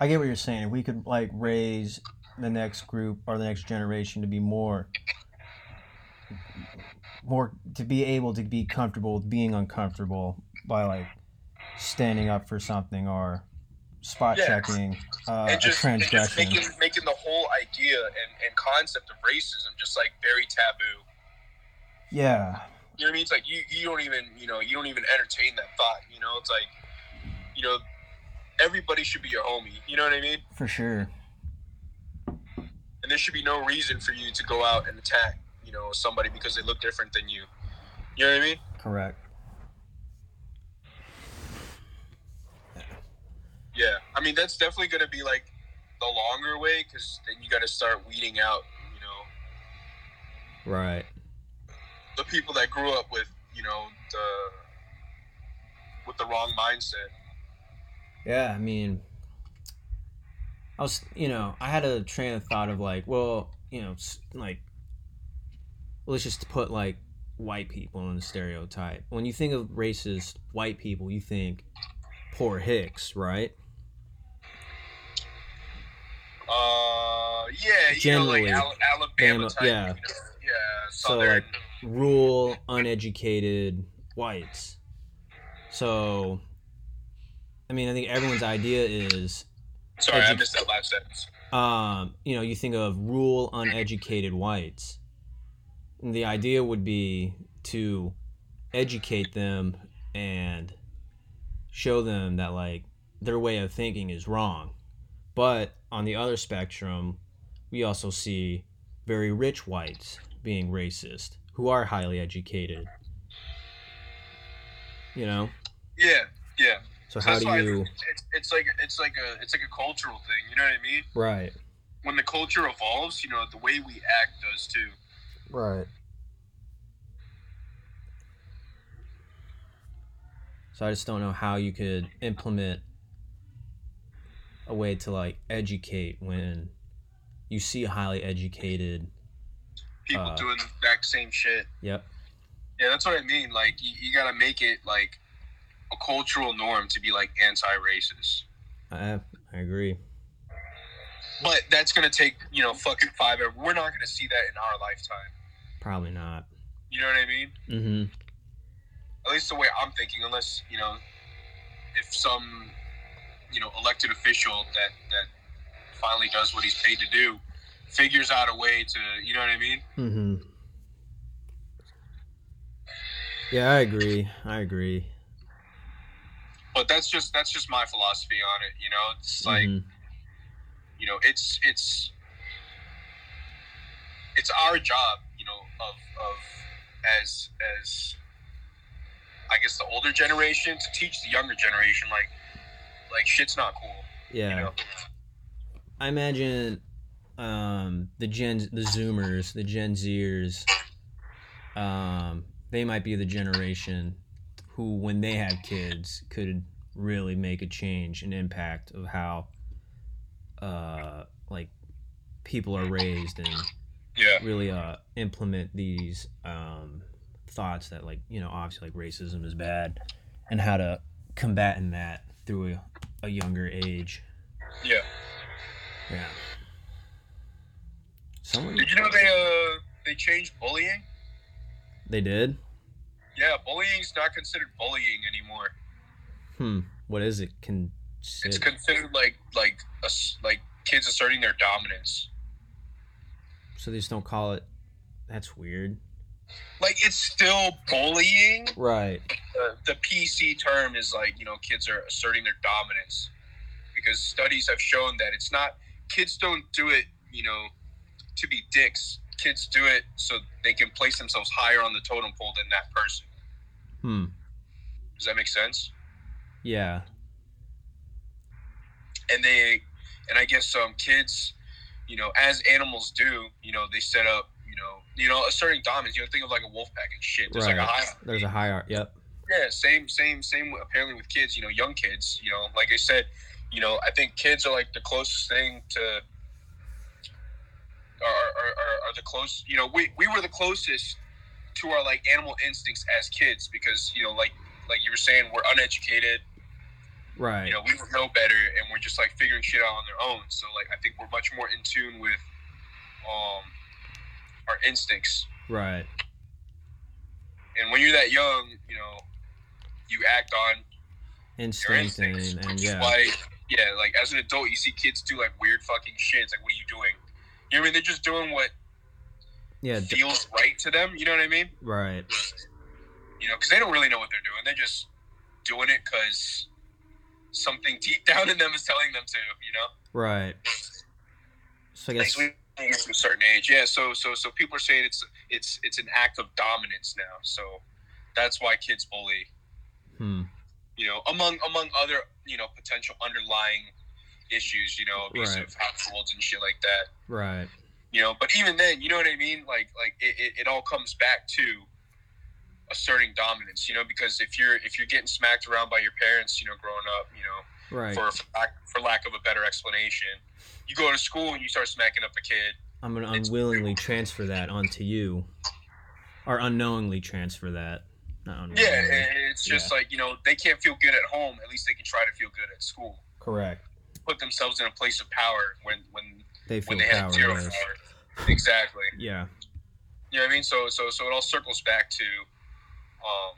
S2: I get what you're saying. If we could like raise the next group or the next generation to be more, more to be able to be comfortable with being uncomfortable by like standing up for something or spot
S3: Yeah.
S2: checking uh,
S3: and just,
S2: a
S3: and just
S2: transgression.
S3: making, making the whole idea and, and concept of racism just like very taboo.
S2: yeah.
S3: You know what I mean? It's like you, you don't even, you know, you don't even entertain that thought. You know, it's like, you know, everybody should be your homie. You know what I mean?
S2: For sure.
S3: and there should be no reason for you to go out and attack, you know, somebody because they look different than you. You know what I mean?
S2: Correct.
S3: Yeah. I mean, that's definitely going to be like the longer way because then you got to start weeding out, you know,
S2: Right.
S3: the people that grew up with, you know, the with the wrong mindset.
S2: Yeah, I mean, I was, you know, I had a train of thought of like, well, you know, s- like, let's just put like white people in the stereotype. When you think of racist white people, you think poor Hicks, right?
S3: Uh, yeah, you
S2: Generally.
S3: know, like Al- Alabama
S2: Bama-
S3: type,
S2: yeah.
S3: you know,
S2: So,
S3: yeah, Southern.
S2: like- Rural, uneducated whites. So, I mean, I think everyone's idea is
S3: Sorry, I
S2: edu-
S3: missed that last sentence.
S2: um, you know, you think of rural, uneducated whites. And the idea would be to educate them and show them that, like, their way of thinking is wrong. But on the other spectrum, we also see very rich whites being racist who are highly educated. You know?
S3: Yeah, yeah.
S2: So,
S3: So
S2: how
S3: that's why
S2: do you.
S3: it's, it's, it's like it's like a it's like a cultural thing. You know what I mean?
S2: Right,
S3: when the culture evolves, you know, the way we act does too.
S2: right. So I just don't know how you could implement a way to like educate when you see highly educated.
S3: People
S2: Uh,
S3: doing the exact same shit.
S2: Yep.
S3: Yeah, that's what I mean. Like, you, you gotta make it like a cultural norm to be like anti-racist.
S2: I, I agree.
S3: But that's gonna take you know fucking five. We're not gonna see that in our lifetime.
S2: Probably not.
S3: You know what I mean?
S2: Mm-hmm.
S3: At least the way I'm thinking. Unless you know, if some you know elected official that that finally does what he's paid to do figures out a way to you know what I mean.
S2: Mm-hmm. Yeah, I agree. I agree.
S3: But that's just that's just my philosophy on it. You know, it's like
S2: Mhm.
S3: you know it's it's it's our job you know of of as as i guess the older generation to teach the younger generation like like shit's not cool
S2: yeah.
S3: you know
S2: I imagine um, the Gen, the Zoomers, the Gen Zers, um, they might be the generation who, when they have kids, could really make a change, an impact of how, uh, like, people are raised and
S3: yeah
S2: really uh, implement these um, thoughts that, like, you know, obviously, like racism is bad, and how to combat in that through a, a younger age.
S3: yeah
S2: Yeah. Someone
S3: did you know they uh they changed bullying
S2: they did?
S3: yeah bullying's not considered bullying anymore
S2: Hmm. What is it? Con-
S3: it's considered like like us like kids asserting their dominance
S2: so they just don't call it. That's weird.
S3: like it's still bullying
S2: Right.
S3: the, the PC term is like, you know, kids are asserting their dominance because studies have shown that it's not, kids don't do it, you know, to be dicks. Kids do it so they can place themselves higher on the totem pole than that person.
S2: Hmm.
S3: Does that make sense?
S2: Yeah.
S3: And they, and I guess um, kids, you know, as animals do, you know, they set up, you know, you know, asserting dominance. You know, think of like a wolf pack and shit. There's like a
S2: Right.
S3: high.
S2: There's a high art. Yep.
S3: Yeah, same, same, same. Apparently, with kids, you know, young kids, you know, like I said, you know, I think kids are like the closest thing to, are, are, are, are the close. You know, we we were the closest to our like animal instincts as kids because you know, like like you were saying, we're uneducated.
S2: Right.
S3: You know, we don't know better, and we're just like figuring shit out on their own. So like, I think we're much more in tune with, um, our instincts
S2: Right.
S3: and when you're that young, you know, you act on your
S2: Instinct and,
S3: instincts.
S2: and
S3: which is
S2: yeah.
S3: why, yeah, like as an adult, you see kids do like weird fucking shit. It's like, what are you doing? You know what I mean? They're just doing what
S2: Yeah. d-
S3: feels right to them. You know what I mean?
S2: right.
S3: You know, because they don't really know what they're doing. They're just doing it because something deep (laughs) down in them is telling them to. You know,
S2: Right. So I guess.
S3: Like, when you get to a certain age, yeah. So, so, so people are saying it's it's it's an act of dominance now. So that's why kids bully.
S2: Hmm.
S3: you know, among among other you know potential underlying issues, you know, abusive
S2: Right.
S3: households and shit like that.
S2: Right.
S3: You know, but even then, you know what I mean? Like like it, it, it all comes back to asserting dominance, you know, because if you're if you're getting smacked around by your parents, you know, growing up, you know,
S2: Right.
S3: for for lack, for lack of a better explanation, you go to school and you start smacking up a kid.
S2: I'm gonna
S3: it's-
S2: unwillingly transfer that onto you, or unknowingly transfer that. Not
S3: Yeah,
S2: unknowingly.
S3: and it's just like, you know, they can't feel good at home, at least they can try to feel good at school.
S2: Correct.
S3: Put themselves in a place of power when when
S2: They feel
S3: when they have zero
S2: powerless.
S3: power. Exactly.
S2: Yeah.
S3: You know what I mean? So so so it all circles back to um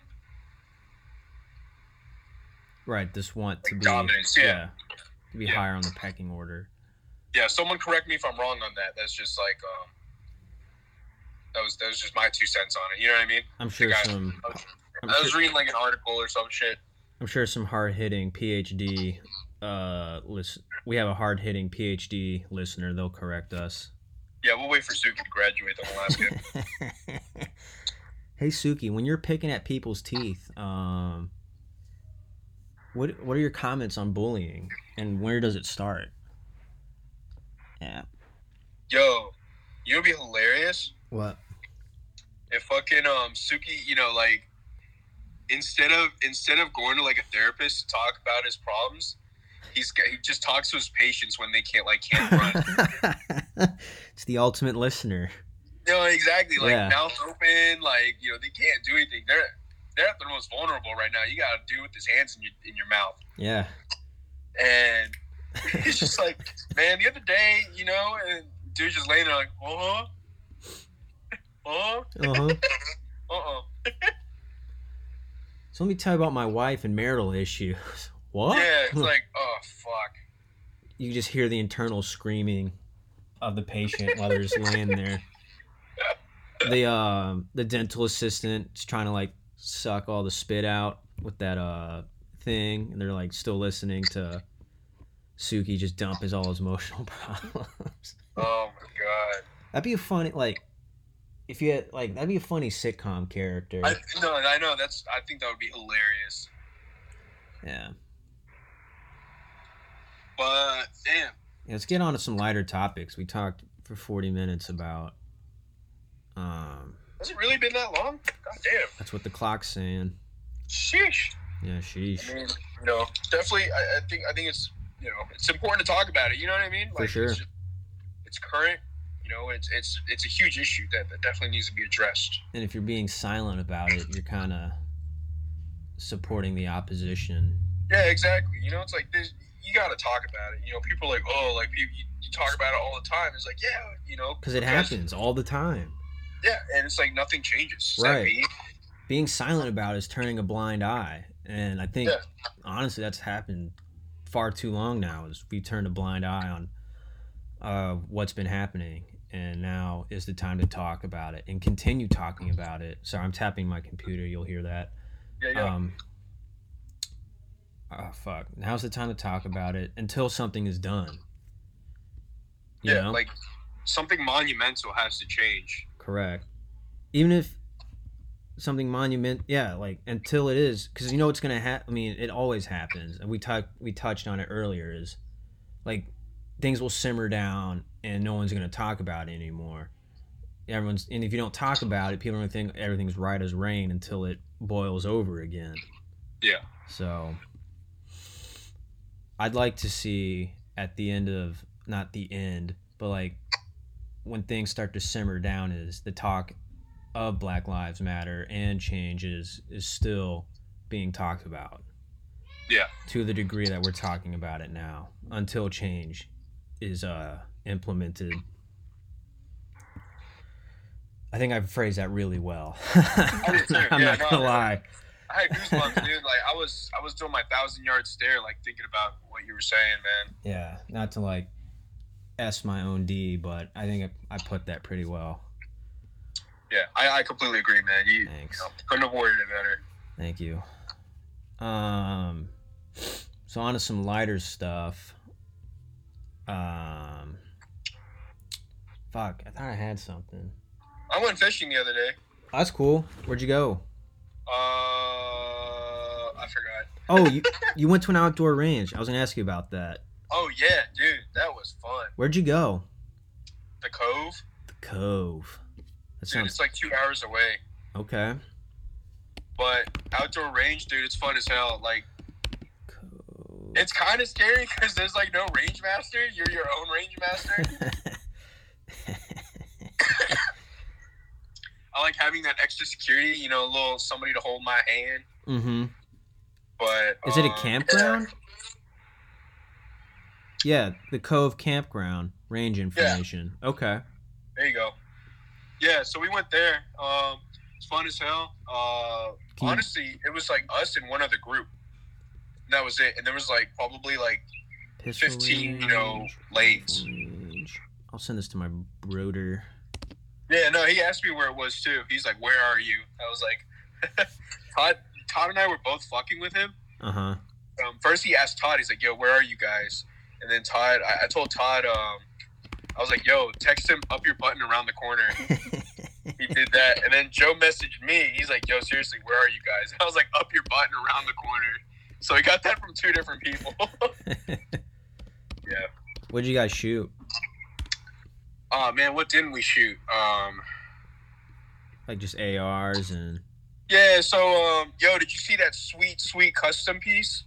S2: Right, this want to
S3: Like
S2: be
S3: dominance, yeah.
S2: to be
S3: Yeah.
S2: higher on the pecking order.
S3: yeah, someone correct me if I'm wrong on that. That's just like um that was that was just my two cents on it. You know what I mean?
S2: I'm sure
S3: got it.
S2: some, I'm
S3: I was
S2: sure,
S3: reading like an article or some shit.
S2: I'm sure some hard hitting PhD. Uh, listen, we have a hard hitting PhD listener. They'll correct us. (laughs)
S3: Yeah, we'll wait for Suki to graduate then we'll ask him.
S2: hey Suki, when you're picking at people's teeth, um, what what are your comments on bullying and where does it start? Yeah.
S3: Yo, you would be hilarious
S2: What?
S3: if fucking um Suki, you know, like instead of instead of going to like a therapist to talk about his problems, he's he just talks
S2: (laughs)
S3: to his patients when they can't like can't run.
S2: it's the ultimate listener.
S3: No, exactly. Like
S2: Yeah.
S3: mouth open, like you know they can't do anything. They're they're at the most vulnerable right now. You got to do with his hands in your in your mouth,
S2: Yeah.
S3: and (laughs) it's just like, man, the other day, you know, and dude just laying there like, uh (laughs) huh, uh
S2: Uh-huh.
S3: uh, uh,
S2: So let me tell you about my wife and marital issues. (laughs) What?
S3: yeah. It's like, oh fuck.
S2: you just hear the internal screaming of the patient while they're just laying there. The um the dental assistant is trying to like suck all the spit out with that uh thing, and they're like still listening to Suki just dump his all his emotional (laughs) problems.
S3: Oh my god.
S2: that'd be a funny like if you had like that'd be a funny sitcom character.
S3: I, no, I know. That's. I think that would be hilarious.
S2: yeah.
S3: But damn.
S2: Yeah, let's get on to some lighter topics. We talked for forty minutes about um
S3: Has it really been that long? God damn.
S2: that's what the clock's saying.
S3: Sheesh.
S2: Yeah, sheesh.
S3: I mean, you know, definitely. I, I think. I think it's. You know, it's important to talk about it. You know what I mean?
S2: For sure.
S3: It's, just- it's current. You know, it's it's it's a huge issue that, that definitely needs to be addressed.
S2: and if you're being silent about it, you're kind of supporting the opposition.
S3: Yeah, exactly. You know, it's like this. You got to talk about it. You know, people are like, oh, like people, you, you talk about it all the time. It's like, yeah, you know,
S2: Because it happens all the time.
S3: Yeah, and it's like nothing changes. It's that
S2: Right.
S3: mean?
S2: Being silent about it is turning a blind eye. And I think,
S3: Yeah.
S2: honestly, that's happened far too long now is we turned a blind eye on uh, what's been happening. And now is the time to talk about it and continue talking about it. Sorry, I'm tapping my computer. You'll hear that.
S3: Yeah, yeah.
S2: Um, oh fuck! Now's the time to talk about it until something is done. You
S3: yeah,
S2: know,
S3: like something monumental has to change.
S2: correct. Even if something monument, yeah, like until it is, because you know it's gonna happen. I mean, it always happens, and we talked we touched on it earlier. Is like things will simmer down, and no one's gonna talk about it anymore. Everyone's, and if you don't talk about it, people are gonna think everything's right as rain until it boils over again.
S3: Yeah.
S2: So I'd like to see at the end of not the end, but like when things start to simmer down is the talk of Black Lives Matter and changes is still being talked about.
S3: Yeah.
S2: To the degree that we're talking about it now until change is uh implemented. I think I've phrased that really well. (laughs)
S3: did too.
S2: I'm
S3: Yeah,
S2: not
S3: no,
S2: gonna
S3: yeah.
S2: lie.
S3: I had goosebumps,
S2: (laughs)
S3: dude. Like I was, I was doing my thousand yard stare, like thinking about what you were saying, man.
S2: yeah not to like s my own d but i think i, I put that pretty well
S3: Yeah, I, I completely agree, man. You, you
S2: thanks
S3: know, couldn't have worded it better.
S2: thank you um so on to some lighter stuff um fuck i thought i had something
S3: I went fishing the other day.
S2: Oh, that's cool where'd you go
S3: Uh, I forgot.
S2: oh you, you went to an outdoor range i was gonna ask you about that
S3: Oh yeah, dude, that was fun.
S2: where'd you go
S3: The Cove,
S2: the cove that
S3: dude.
S2: sounds
S3: It's like two hours away,
S2: okay
S3: but outdoor range, dude. It's fun as hell. Like
S2: Cove.
S3: it's kind of scary (laughs) because there's like no range master. You're your own range master. I like having that extra security. You know, a little somebody to hold my hand.
S2: (laughs) mm-hmm
S3: But
S2: Is it a
S3: um,
S2: campground? Yeah, the Cove Campground range information. Okay.
S3: There you go. Yeah, so we went there. Um, it's fun as hell. Uh,
S2: Can you-
S3: honestly, it was like us and one other group. And that was it. And there was like probably like
S2: Pistol
S3: 15, you know,
S2: range,
S3: lanes.
S2: rifle range. I'll send this to my broder.
S3: yeah, no. He asked me where it was too. He's like, "Where are you?" I was like, (laughs) Todd. Todd and I were both fucking with him.
S2: Uh (laughs) huh.
S3: Um, first, he asked Todd. He's like, "Yo, where are you guys?" And then Todd, I, I told Todd, um, I was like, "Yo, text him up your button around the corner." he did that. And then Joe messaged me. He's like, "Yo, seriously, where are you guys?" (laughs) I was like, "Up your button around the corner." So we got that from two different people. (laughs) yeah.
S2: What'd you guys shoot?
S3: Oh man, what didn't we shoot? Um,
S2: Like just ARs and.
S3: yeah. So, um, yo, did you see that sweet, sweet custom piece?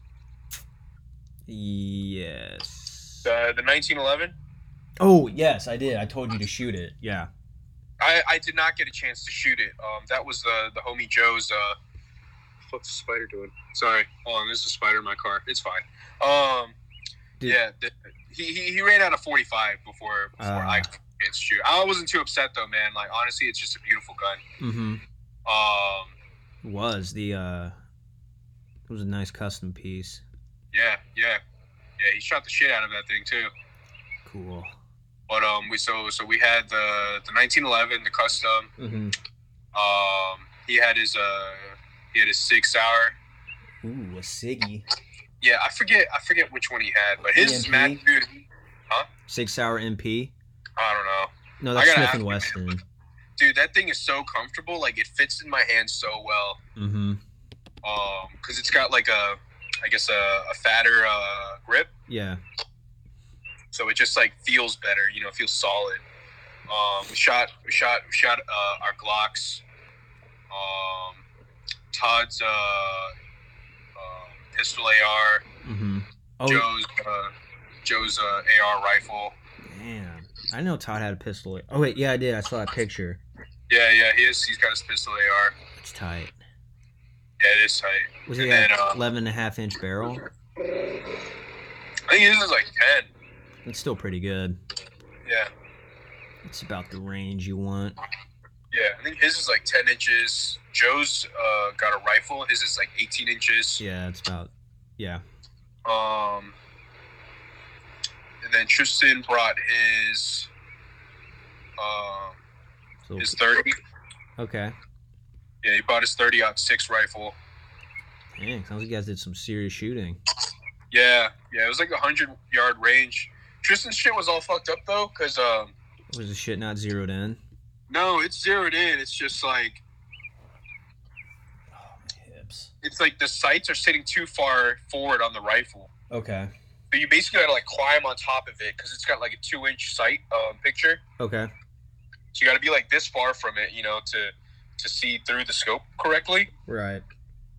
S2: Yes.
S3: The the 1911.
S2: Oh yes, I did. I told you to shoot it. Yeah.
S3: I, I did not get a chance to shoot it. Um, that was the the homie Joe's. Uh, what's the spider doing? Sorry. Hold on. There's a spider in my car. It's fine. Um,
S2: Dude.
S3: yeah. The, he, he he ran out of 45 before before
S2: Ah.
S3: I got a chance to shoot. I wasn't too upset though, man. Like honestly, it's just a beautiful gun.
S2: Mm-hmm.
S3: Um,
S2: Was the uh, it was a nice custom piece.
S3: yeah, yeah, yeah. He shot the shit out of that thing too.
S2: Cool.
S3: But um, we so so we had the the 1911, the custom.
S2: Mm-hmm.
S3: Um, he had his uh, he had his six hour.
S2: Ooh, a Siggy.
S3: Yeah, I forget I forget which one he had, but his is
S2: EMP?
S3: mad dude.
S2: Six hour MP.
S3: I don't
S2: No,
S3: know, I
S2: that's
S3: gotta
S2: Smith
S3: ask
S2: and
S3: you,
S2: Wesson.
S3: dude. That thing is so comfortable. Like it fits in my hand so well.
S2: Mm-hmm.
S3: Um, because it's got like a, I guess a, a fatter uh, grip,
S2: Yeah.
S3: so it just like feels better. You know, feels solid. Um, we shot we shot we shot uh, our Glocks. Um, Todd's uh, um pistol AR.
S2: Mm-hmm. Oh,
S3: Joe's uh, Joe's uh, AR rifle.
S2: damn. I know Todd had a pistol. Oh wait, yeah, I did. I saw that picture.
S3: Yeah, yeah, he is. He's got his pistol AR.
S2: It's tight.
S3: Yeah, it is tight.
S2: Was it
S3: And
S2: like
S3: then, uh,
S2: 11 and a half inch barrel?
S3: I think this is like ten.
S2: It's still pretty good.
S3: Yeah,
S2: It's about the range you want.
S3: yeah. I think his is like ten inches. Joe's uh, got a rifle. His is like eighteen inches.
S2: Yeah, it's about. Yeah.
S3: Um, and then Tristan brought his um
S2: So,
S3: his thirty.
S2: okay.
S3: Yeah, he bought his thirty out six rifle.
S2: Dang, sounds like you guys did some serious shooting.
S3: Yeah, yeah. It was like a hundred yard range. Tristan's shit was all fucked up though, cause um,
S2: Was the shit not zeroed in?
S3: no, it's zeroed in. It's just like
S2: Oh, my hips.
S3: it's like the sights are sitting too far forward on the rifle.
S2: Okay.
S3: But you basically gotta like climb on top of it because it's got like a two inch sight um, picture.
S2: Okay.
S3: So you gotta be like this far from it, you know, to to see through the scope correctly.
S2: Right.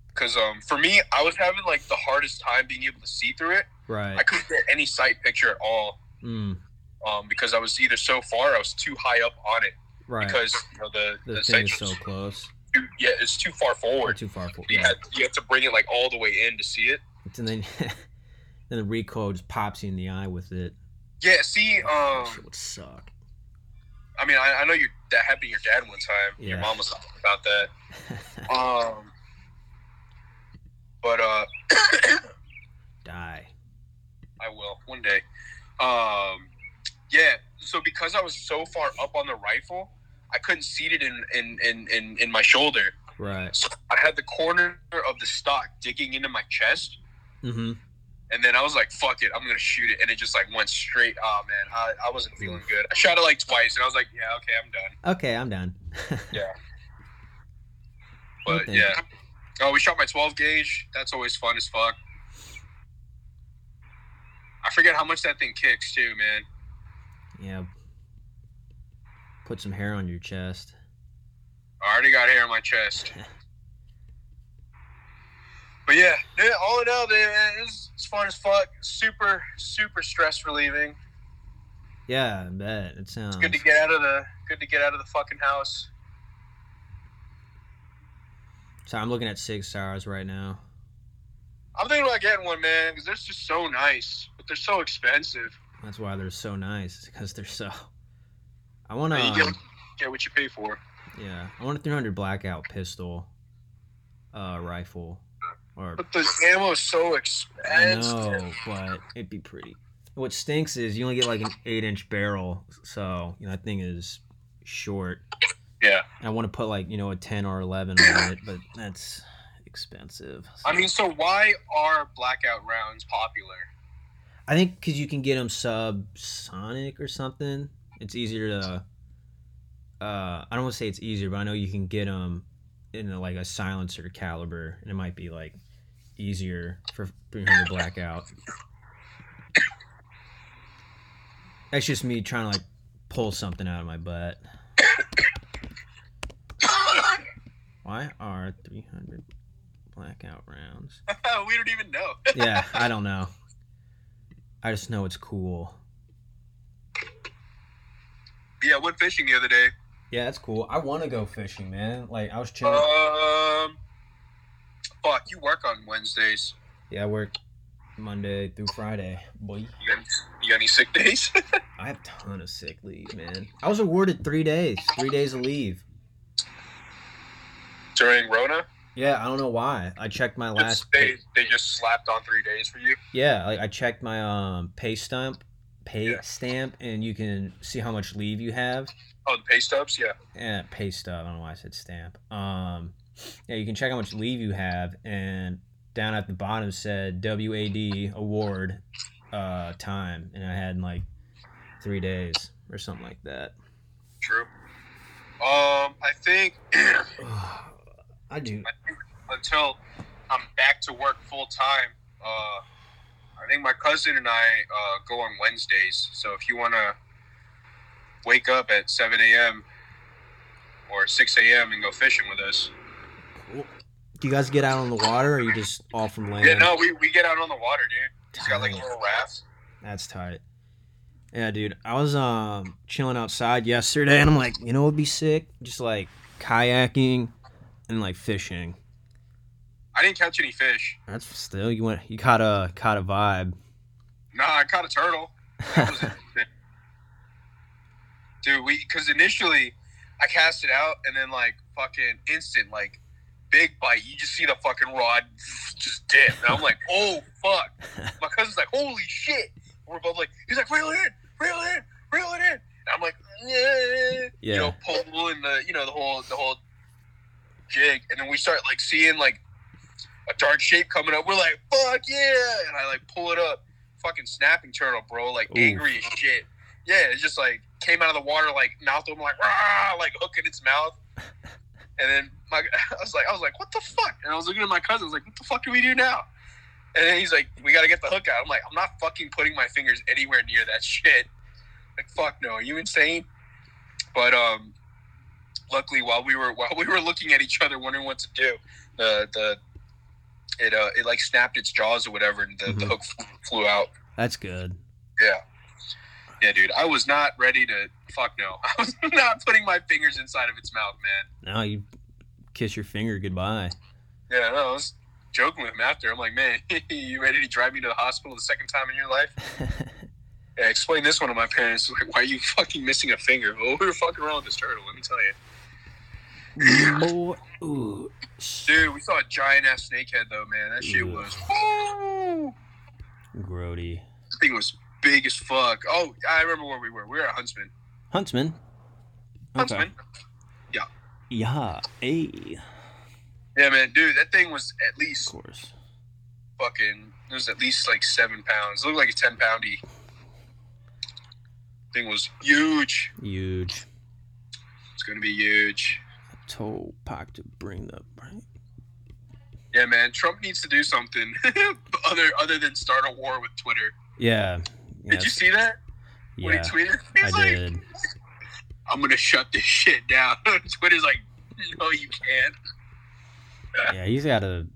S3: Because um, for me, I was having like the hardest time being able to see through it. I
S2: Right.
S3: couldn't get any sight picture at all
S2: Mm,
S3: um, because I was either so far, I was too high up on it
S2: right.
S3: because you know, the the,
S2: the thing
S3: sight
S2: is so close.
S3: too, yeah, it's too far
S2: Or
S3: forward.
S2: too far for
S3: You
S2: yeah.
S3: have, you have to bring it like all the way in to see it.
S2: And then, (laughs) then the recoil just pops you in the eye with it.
S3: Yeah, see,
S2: That
S3: um,
S2: shit would suck. (laughs)
S3: I mean, I, I know you that happened to your dad one time. Your
S2: Yeah.
S3: mom was talking about that. Um, but uh,
S2: Die.
S3: I will one day. Um, yeah. So because I was so far up on the rifle, I couldn't seat it in in in in, in my shoulder.
S2: Right.
S3: So I had the corner of the stock digging into my chest,
S2: Mm-hmm.
S3: and then I was like, "Fuck it, I'm gonna shoot it," and it just like went straight. Oh man, I, I wasn't feeling good. I shot it like twice, and I was like, "Yeah, okay, I'm done."
S2: Okay, I'm done. (laughs)
S3: Yeah. But
S2: Okay.
S3: yeah. Oh, we shot my 12 gauge. That's always fun as fuck. I forget how much that thing kicks too, man.
S2: yeah. Put some hair on your chest.
S3: I already got hair on my chest. But yeah, yeah, all in all, man, it's, it's fun as fuck. Super, super stress relieving.
S2: yeah, I bet. It sounds
S3: It's good to get out of the good to get out of the fucking house.
S2: So I'm looking at six hours right now.
S3: I'm thinking about getting one, man, because they're just so nice, but they're so expensive.
S2: That's why they're so nice because they're so. (laughs) I want
S3: And you
S2: to.
S3: get, get what you pay for.
S2: Yeah, I want a 300 blackout pistol, uh, rifle, or
S3: But the ammo is so
S2: I
S3: expensive.
S2: know, but it'd be pretty. What stinks is you only get like an eight-inch barrel, so you know that thing is short.
S3: Yeah.
S2: I want to put like you know a 10 or 11 on it, but that's expensive. so-
S3: I mean, so why are blackout rounds popular?
S2: I think because you can get them subsonic or something. It's easier to. Uh, I don't want to say it's easier, but I know you can get them in a, like a silencer caliber, and it might be like easier for 300 blackout. That's just me trying to like pull something out of my butt. Why are 300 blackout rounds?
S3: (laughs) we don't even know.
S2: yeah, I don't know. I just know it's cool.
S3: yeah, I went fishing the other day.
S2: Yeah, that's cool. I want to go fishing, man. Like I was chilling.
S3: Um, fuck, you work on Wednesdays.
S2: yeah, I work Monday through Friday, boy.
S3: You got, you got any sick days? (laughs)
S2: I have a ton of sick leave, man. I was awarded three days, three days of leave.
S3: During Rona?
S2: Yeah, I don't know why. I checked my last.
S3: They, they just slapped on three days for you.
S2: Yeah, like I checked my um pay stamp, pay
S3: Yeah.
S2: stamp, and you can see how much leave you have.
S3: Oh, the pay stubs? Yeah.
S2: eh, pay stub. I don't know why I said stamp. Um, yeah, you can check how much leave you have, and down at the bottom said WAD award uh, time, and I had like three days or something like that.
S3: True. Um, I think
S2: (sighs) I do.
S3: until I'm back to work full time, uh, I think my cousin and I uh, go on Wednesdays. So if you want to wake up at 7 a.m. or 6 a.m. and go fishing with us.
S2: Do you guys get out on the water, or you just all from land?
S3: Yeah, no, we, we get out on the water, dude. He's got like
S2: Tight.
S3: little rafts.
S2: That's tight. Yeah, dude. I was um chilling outside yesterday, and I'm like, you know, what would be sick, just like kayaking and like fishing.
S3: I didn't catch any fish.
S2: That's still you went you caught a caught a vibe. (laughs)
S3: Nah, I caught a turtle. That was interesting. (laughs) Dude, we because initially I cast it out and then like fucking instant like big bite. You just see the fucking rod just dip, and I'm like, oh fuck. My cousin's like, holy shit. We're both like, he's like, reel it in, reel it in, reel it in. And I'm like, yeah,
S2: Yeah.
S3: you know, pull in the you know the whole the whole jig, and then we start like seeing like a dark shape coming up. We're like, fuck yeah! And I like pull it up. Fucking snapping turtle, bro. Like
S2: Oof.
S3: angry as shit. Yeah, it just like came out of the water, like mouth open, like rah, like hooking its mouth. And then my, (laughs) I was like, I was like, what the fuck? And I was looking at my cousin. I was like, what the fuck do we do now? And then he's like, we gotta get the hook out. I'm like, I'm not fucking putting my fingers anywhere near that shit. Like, fuck no, are you insane? But um, luckily, while we were (laughs) while we were looking at each other, wondering what to do, the the it uh it like snapped its jaws or whatever, and the, the
S2: Mhm.
S3: hook flew, flew out.
S2: That's good.
S3: Yeah, yeah, dude, I was not ready to fuck no. (laughs) I was not putting my fingers inside of its mouth, man.
S2: Now you kiss your finger
S3: (laughs)
S2: goodbye.
S3: Yeah, no, I was joking with him after. I'm like, man, (laughs) you ready to drive me to the hospital the second time in your life? Yeah, explain this one to my parents. (laughs) Like, why are you fucking missing a finger? Well, we were fucking around with this turtle. Let me tell you,
S2: Boy, ooh.
S3: dude. We saw a giant ass snakehead though, man. That shit
S2: Ugh.
S3: was. Woo!
S2: Grody.
S3: This thing was big as fuck. Oh, I remember where we were. We were at Huntsman.
S2: Huntsman.
S3: Huntsman.
S2: Yeah. Hey.
S3: Yeah, man, dude, that thing was at
S2: Of
S3: least
S2: course.
S3: fucking. It was at least like seven pounds. It looked like a ten poundy. Thing was huge.
S2: Huge.
S3: It's gonna be huge.
S2: Told Pac to bring the right.
S3: Yeah, man. Trump needs to do something (laughs) other other than start a war with Twitter.
S2: Yeah.
S3: Did you see that?
S2: Yeah.
S3: When he tweeted, (laughs) he's
S2: I
S3: like,
S2: did.
S3: "I'm gonna shut this shit down." (laughs) Twitter's like, "No, you can't."
S2: Yeah, he's got to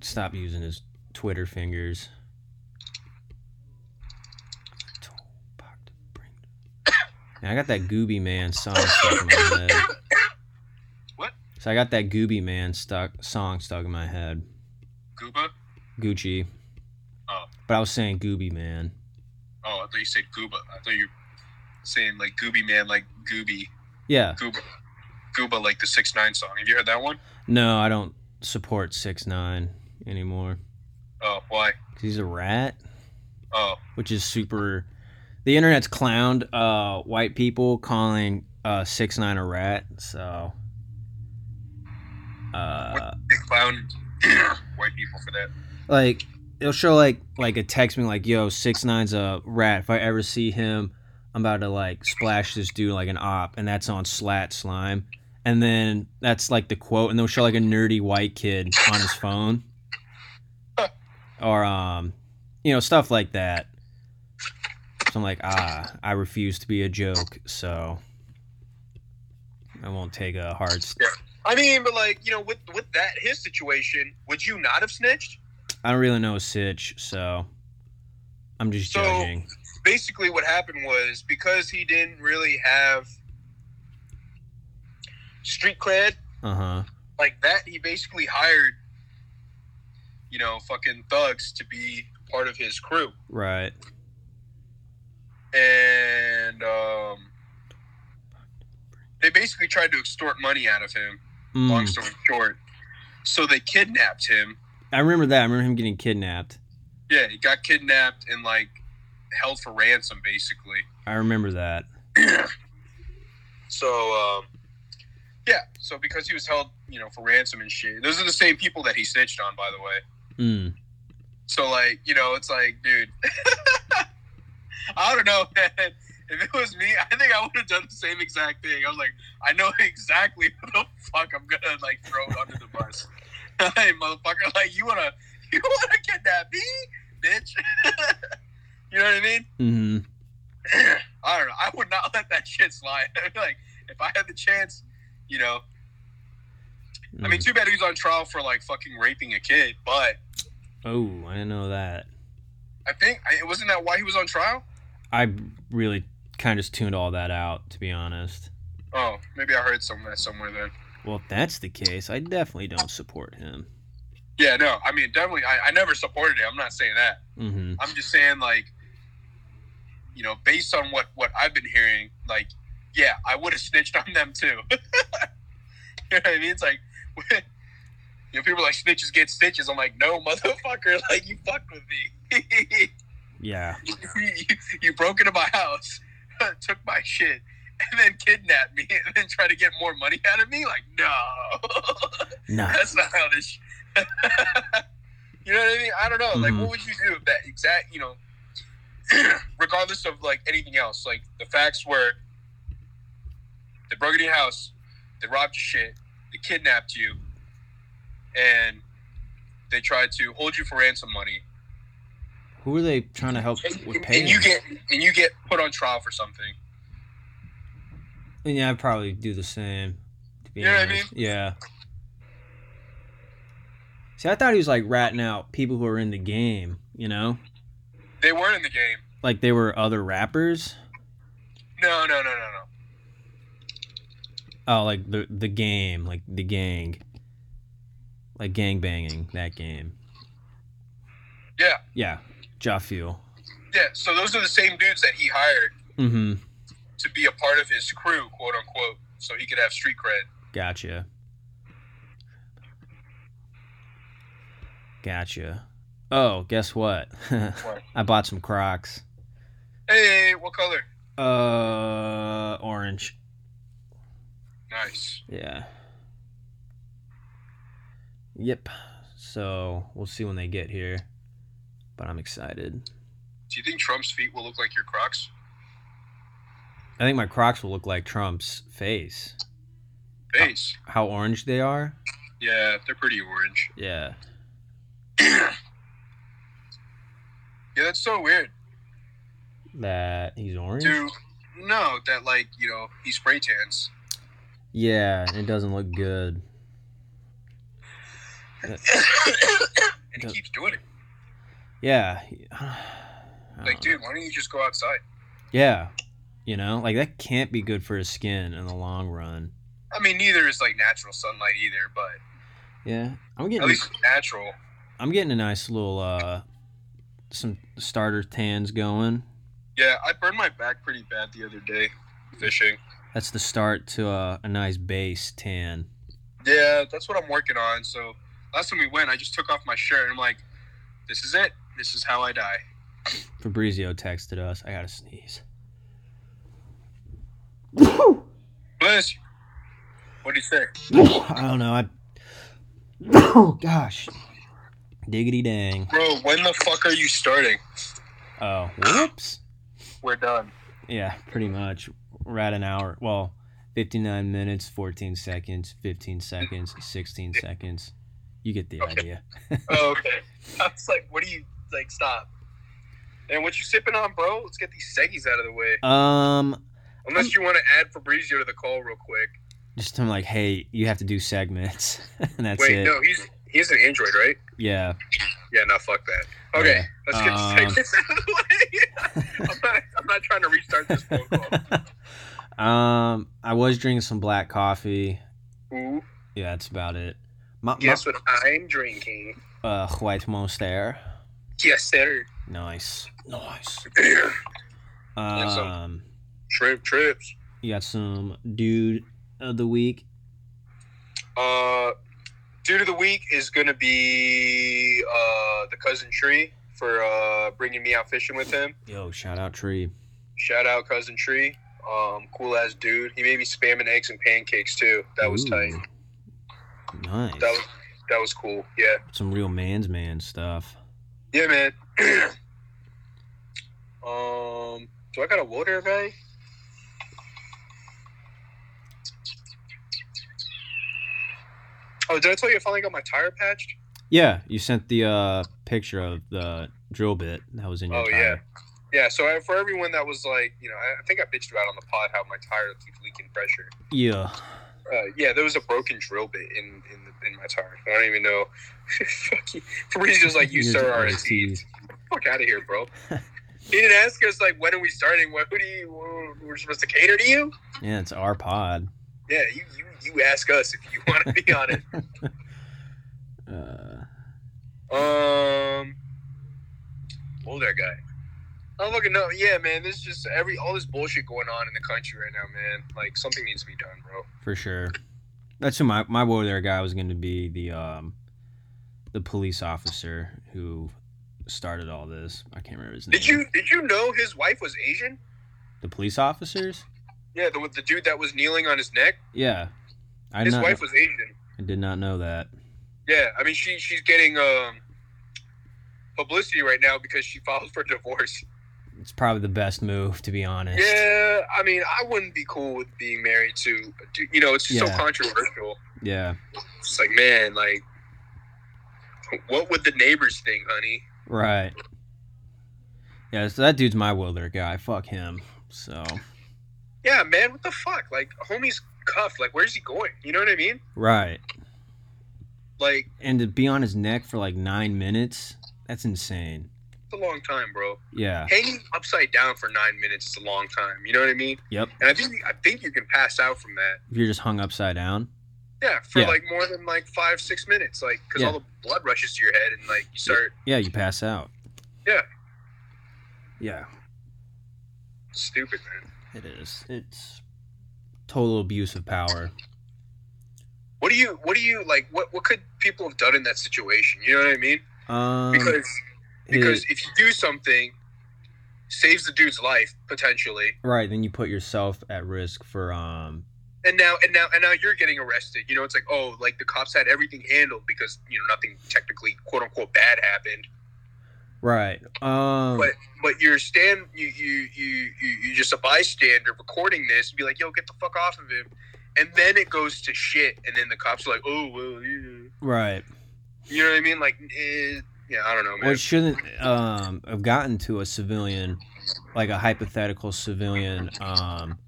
S2: stop using his Twitter fingers. I told Pac to bring the- Man, I got that Gooby Man song stuck in my head.
S3: What?
S2: So I got that Gooby Man stuck song stuck in my head.
S3: Gooba?
S2: Gucci.
S3: Oh.
S2: But I was saying Gooby Man.
S3: Oh, I thought you said Gooba. I thought you were saying like Gooby man, like Gooby,
S2: Yeah.
S3: Gooba, Gooba, like the six nine song. Have you heard that one?
S2: No, I don't support six nine anymore.
S3: Oh, why?
S2: 'Cause he's a rat.
S3: Oh,
S2: which is super. The internet's clowned uh, white people calling uh, six nine a rat. So, uh,
S3: they clown (coughs) white people for that.
S2: like it'll show like like a text me like, "Yo, six nine's a rat. If I ever see him, I'm about to like splash this dude like an op." And that's on Slat Slime. And then that's like the quote, and they'll show like a nerdy white kid on his phone, or um, you know, stuff like that. So I'm like, ah, I refuse to be a joke, so I won't take a hard. St-
S3: I mean, but like you know, with with that his situation, would you not have snitched?
S2: I don't really know Sitch, so I'm just
S3: So-
S2: judging.
S3: basically what happened was because he didn't really have street cred,
S2: Uh huh.
S3: like that. He basically hired, you know, fucking thugs to be part of his crew,
S2: Right.
S3: and um, they basically tried to extort money out of him.
S2: Mm.
S3: Long story short, so they kidnapped him.
S2: I remember that. I remember him getting kidnapped.
S3: Yeah, he got kidnapped and like held for ransom, basically.
S2: I remember that.
S3: So, um, yeah, so because he was held, you know, for ransom and shit. Those are the same people that he snitched on, by the way.
S2: Mm.
S3: So, like, you know, it's like, dude, (laughs) I don't know, (laughs) man. If it was me, I think I would have done the same exact thing. I was like, I know (laughs) exactly what the fuck I'm gonna like throw under the bus. (laughs) hey, motherfucker, like you wanna, (laughs) you wanna kidnap me, bitch? (laughs) you know what I mean? (clears throat)
S2: Hmm.
S3: I don't know. I would not let that shit slide. (laughs) like, if I had the chance, you know, I
S2: Mm.
S3: mean, too bad he was on trial for like fucking raping a kid, but
S2: oh, I didn't know that.
S3: I think I- wasn't that why he was on trial?
S2: I really kind of just tuned all that out, to be honest.
S3: Oh, maybe I heard some of that somewhere then.
S2: Well, if that's the case, I definitely don't support him.
S3: Yeah, no, I mean, definitely, I, I never supported it. I'm not saying that.
S2: Mm-hmm.
S3: I'm just saying, like, you know, based on what what I've been hearing, like, yeah, I would have snitched on them too. (laughs) you know what I mean? It's like, (laughs) you know, people are like snitches get stitches. I'm like, no, motherfucker, (laughs) like you fucked with me. (laughs)
S2: Yeah.
S3: you, you broke into my house, (laughs) took my shit, and then kidnapped me, (laughs) and then tried to get more money out of me. Like, no, (laughs)
S2: Nah.
S3: that's not how this. (laughs) you know what I mean? I don't know. Like,
S2: Mhm.
S3: what would you do if that exact? You know, (clears throat) regardless of like anything else, like the facts were, they broke into your house, they robbed your shit, they kidnapped you, and they tried to hold you for ransom money.
S2: Who are they trying to help with
S3: And,
S2: paying?
S3: and you get and you get put on trial for something.
S2: yeah, I'd probably do the same. To be
S3: You know what I
S2: honest. Yeah. See, I thought he was like ratting out people who are in the game, you know?
S3: They weren't in the game.
S2: Like they were other rappers.
S3: No, no, no, no, no.
S2: Oh, like the the game, like the gang. Like gang banging, that game.
S3: Yeah,
S2: Yeah. Jafuel.
S3: yeah. So those are the same dudes that he hired
S2: Mm-hmm.
S3: to be a part of his crew, quote unquote, so he could have street cred.
S2: Gotcha. Gotcha. Oh, guess what? (laughs)
S3: What?
S2: I bought some Crocs.
S3: Hey, what color?
S2: Uh, orange.
S3: Nice.
S2: Yeah. Yep. So we'll see when they get here, but I'm excited.
S3: Do you think Trump's feet will look like your Crocs?
S2: I think my Crocs will look like Trump's face.
S3: Face.
S2: How orange they are.
S3: Yeah, they're pretty orange.
S2: Yeah.
S3: Yeah, that's so weird.
S2: That he's orange.
S3: Dude, no, that like you know he
S2: (coughs)
S3: spray tans.
S2: Yeah, it doesn't look good.
S3: and he
S2: Duh.
S3: keeps doing it.
S2: Yeah. (sighs) I don't
S3: Like,
S2: know.
S3: dude, why don't you just go outside?
S2: Yeah. You know, like that can't be good for his skin in the long run.
S3: I mean, neither is like natural sunlight either, but
S2: Yeah. I'm
S3: at
S2: getting
S3: least it's natural.
S2: I'm getting a nice little uh some starter tans going.
S3: Yeah, I burned my back pretty bad the other day fishing.
S2: That's the start to uh, a, a nice base tan.
S3: Yeah, that's what I'm working on. So last time we went, I just took off my shirt and I'm like, this is it. This is how I die.
S2: Fabrizio texted us. I gotta sneeze.
S3: Bliss, what do you say?
S2: I don't know. I oh (coughs) gosh, diggity dang.
S3: Bro, when the fuck are you starting?
S2: Oh, whoops.
S3: We're done.
S2: Yeah, pretty much. We're at an hour. Well, 59 minutes, 14 seconds, 15 seconds, 16 seconds. You get the
S3: Okay.
S2: idea.
S3: (laughs) Oh, okay. I was like, what do you, like, stop. And what you sipping on, bro? Let's get these seggies out of the way.
S2: Um,
S3: Unless you want to add Fabrizio to the call real quick.
S2: just I'm like, hey, you have to do segments, (laughs) and that's
S3: Wait,
S2: it.
S3: no, he's he's an android, right?
S2: Yeah.
S3: Yeah, no, fuck that. Okay,
S2: Yeah.
S3: let's get
S2: Um,
S3: the segments out of the way. (laughs) I'm, not, I'm
S2: (laughs)
S3: not trying to restart this phone call.
S2: um, I was drinking some black coffee,
S3: (laughs)
S4: Ooh,
S2: Yeah, that's about it. My,
S4: guess what I'm drinking?
S2: my, uh, White Monster.
S4: Yes, sir.
S2: Nice. Nice.
S3: so-
S2: Um,
S3: (clears throat) Shrimp trips.
S2: you got some dude of the week.
S3: Uh, dude of the week is gonna be uh the cousin Tree for uh bringing me out fishing with him.
S2: Yo, shout out Tree.
S3: Shout out cousin Tree. Um, cool ass dude. He made me spamming eggs and pancakes too. That was
S2: Ooh.
S3: tight.
S2: Nice.
S3: That was that was cool. Yeah.
S2: some real man's man stuff.
S3: Yeah, man. (clears throat) um, do I got a water bag? Oh, did I tell you I finally got my tire patched?
S2: Yeah, you sent the uh, picture of the drill bit that was in your
S3: Oh,
S2: tire.
S3: Yeah, so I, for everyone that was like, you know, I, I think I bitched about on the pod how my tire keeps leaking pressure.
S2: Yeah.
S3: Uh, yeah, there was a broken drill bit in in, the, in my tire. I don't even know. (laughs) Fuck you. Fabrizio's like, you
S2: Here's
S3: sir
S2: the
S3: are a
S2: RST.
S3: thief. fuck out of here, bro. he didn't ask us like when are we starting? What who do you we're supposed to cater to you?
S2: Yeah, it's our pod.
S3: Yeah, you you, you ask us if you (laughs) want to be on it.
S2: Uh,
S3: Um, older guy. I don't fucking know. Yeah, man, there's just every all this bullshit going on in the country right now, man. Like something needs to be done, bro.
S2: for sure. That's who my my woe there guy was going to be the um, the police officer who started all this. I can't remember his name.
S3: Did you did you know his wife was Asian?
S2: The police officers?
S3: Yeah, the the dude that was kneeling on his neck,
S2: Yeah. I, did
S3: his
S2: not,
S3: wife was Asian.
S2: I did not know that.
S3: Yeah, I mean she she's getting um publicity right now because she (laughs) filed for divorce.
S2: It's probably the best move, to be honest.
S3: Yeah, I mean, I wouldn't be cool with being married to a dude. You know, it's just so
S2: Yeah.
S3: controversial.
S2: Yeah.
S3: It's like, man, like, what would the neighbors think, honey?
S2: Right. Yeah, so that dude's my wilder guy. Fuck him. So
S3: Yeah, man, what the fuck? Like, homie's cuffed. Like, where's he going? You know what I mean?
S2: Right.
S3: Like,
S2: And to be on his neck for like nine minutes, that's insane.
S3: it's a long time, bro.
S2: Yeah.
S3: Hanging upside down for nine minutes is a long time. You know what I mean?
S2: Yep.
S3: And I think I think you can pass out from that.
S2: If you're just hung upside down.
S3: Yeah, for
S2: Yeah.
S3: like more than like five, six minutes, like because
S2: Yeah.
S3: all the blood rushes to your head and like you start
S2: Yeah, you pass out.
S3: Yeah.
S2: Yeah.
S3: stupid, man.
S2: It is. It's total abuse of power.
S3: What do you what do you like what what could people have done in that situation? You know what I mean?
S2: Um
S3: Because
S2: it-
S3: because if you do something saves the dude's life potentially.
S2: right, then you put yourself at risk for um
S3: And now and now and now you're getting arrested. You know, it's like, oh, like the cops had everything handled because, you know, nothing technically quote unquote bad happened.
S2: right. Um
S3: But but you're stand you you you you you just a bystander recording this and be like, yo, get the fuck off of him. And then it goes to shit and then the cops are like, Oh well yeah.
S2: right.
S3: You know what I mean? Like eh, yeah, I don't know, man.
S2: Or it shouldn't um, have gotten to a civilian, like a hypothetical civilian um,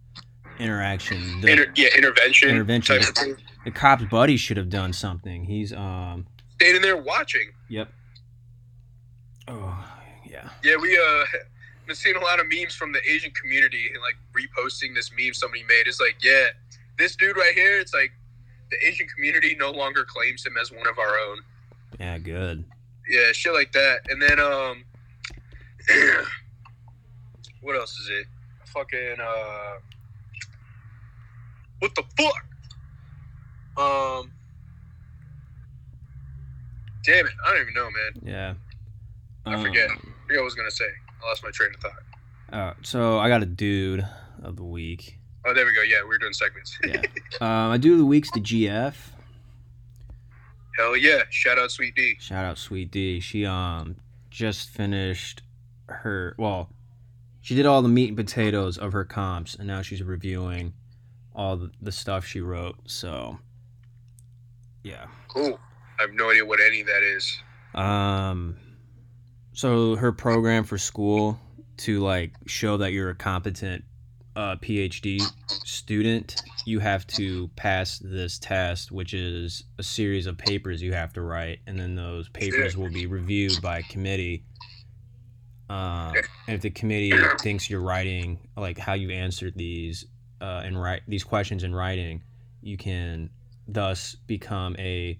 S2: interaction. The,
S3: Inter- yeah, intervention.
S2: Intervention.
S3: Type of thing.
S2: the cop's buddy should have done something. He's um,
S3: Stayed in there watching.
S2: yep. Oh yeah,
S3: Yeah, we uh (laughs) been seeing a lot of memes from the Asian community and like reposting this meme somebody made. It's like, yeah, this dude right here, it's like the Asian community no longer claims him as one of our own.
S2: yeah, good.
S3: Yeah, shit like that. And then um (clears throat) what else is it? Fucking uh What the fuck? Um Damn it, I don't even know, man.
S2: Yeah. Um,
S3: I forget. I forget what I was gonna say. I lost my train of thought.
S2: Uh, so I got a dude of the week.
S3: Oh, there we go. Yeah, we were doing segments. (laughs)
S2: Yeah. um, I do the week's the GF.
S3: Hell yeah! Shout out, Sweet D.
S2: Shout out Sweet D. She um just finished her well, she did all the meat and potatoes of her comps and now she's reviewing all the, the stuff she wrote. So yeah.
S3: Cool. I have no idea what any of that is.
S2: Um so her program for school to like show that you're a competent uh, PhD student, you have to pass this test, which is a series of papers you have to write, and then those papers will be reviewed by a committee. Um, and if the committee thinks you're writing like how you answered these uh, and write these questions in writing, you can thus become a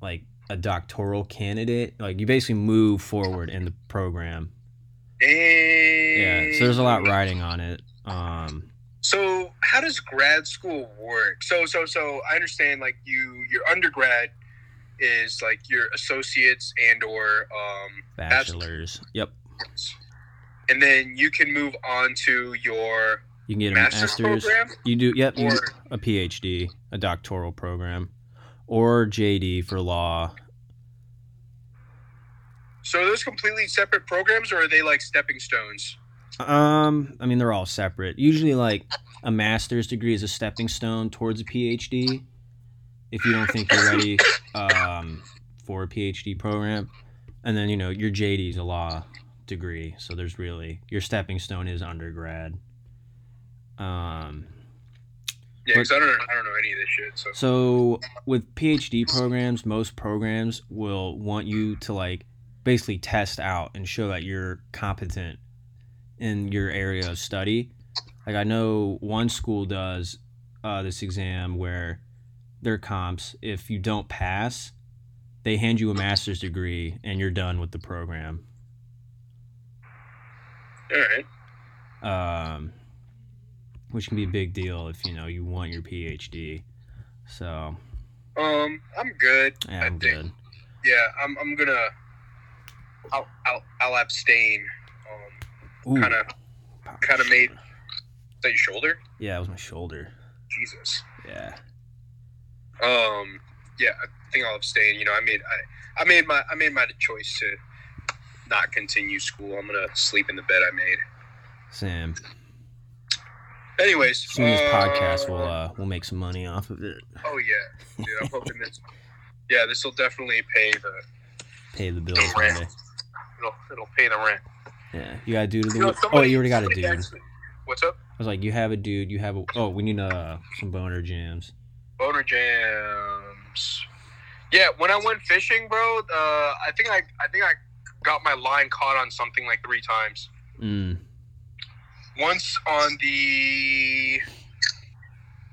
S2: like a doctoral candidate. Like you basically move forward in the program. Yeah, so there's a lot riding on it. Um,
S3: So how does grad school work? So so so I understand like you your undergrad is like your associates and or um
S2: bachelors. Yep,
S3: and then you can move on to your
S2: you can get a
S3: master's,
S2: master's.
S3: program
S2: You do. Yep, you
S3: or
S2: do a PhD, a doctoral program, or JD for law.
S3: so are those completely separate programs or are they like stepping stones?
S2: Um, I mean they're all separate. Usually, like a master's degree is a stepping stone towards a PhD. If you don't think you're ready um, for a PhD program, and then you know your JD is a law degree, so there's really your stepping stone is undergrad. Um,
S3: Yeah, because I don't I don't know any of this shit. So
S2: so with PhD programs, most programs will want you to like basically test out and show that you're competent in your area of study. Like I know one school does uh, this exam where their comps, if you don't pass, they hand you a master's degree and you're done with the program.
S3: all right.
S2: um, which can be a big deal if you know you want your PhD. So
S3: Um I'm good.
S2: yeah, I'm
S3: I think-
S2: good.
S3: Yeah, I'm I'm gonna I'll I'll, I'll abstain. Um
S2: Ooh,
S3: kinda
S2: pop my
S3: kinda made-
S2: shoulder.
S3: is that your shoulder?
S2: Yeah, it was my shoulder.
S3: Jesus.
S2: Yeah,
S3: Um, yeah, I think I'll abstain. You know, I made I, I made my I made my choice to not continue school. I'm gonna sleep in the bed I made.
S2: Sam.
S3: Anyways,
S2: Soon this
S3: uh,
S2: podcast will uh, will make some money off of it.
S3: Oh yeah, dude, I'm hoping this. Yeah, this will definitely pay the
S2: Pay the bills one
S3: Rent.
S2: day.
S3: it'll, it'll pay the rent.
S2: Yeah, you got a dude. Of the
S3: You know,
S2: week? oh,
S3: somebody-
S2: you already got a
S3: somebody
S2: dude. I
S3: actually- what's up?
S2: was like, you have a dude. You have a. Oh, we need uh some boner jams.
S3: Boner jams. Yeah, when I went fishing, bro, uh, I think I I think I got my line caught on something like three times.
S2: Mm.
S3: once on the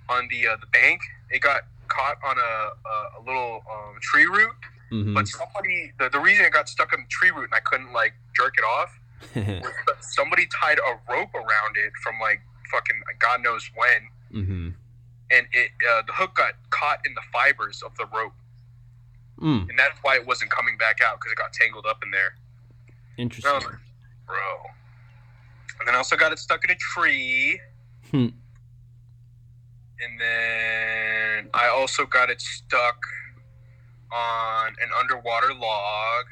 S3: on the uh, the bank it got caught on a a, a little um, tree root
S2: hmm
S3: but somebody the, the reason it got stuck on the tree root and i couldn't like jerk it off was that somebody tied a rope around it from like fucking god knows
S2: (laughs)
S3: when
S2: mm-hmm.
S3: and it uh, the hook got caught in the fibers of the rope
S2: Mm.
S3: and that's why it wasn't coming back out because it got tangled up in there
S2: Interesting.
S3: No, bro and then I also got it stuck in a tree
S2: Hmm.
S3: And then I also got it stuck on an underwater log.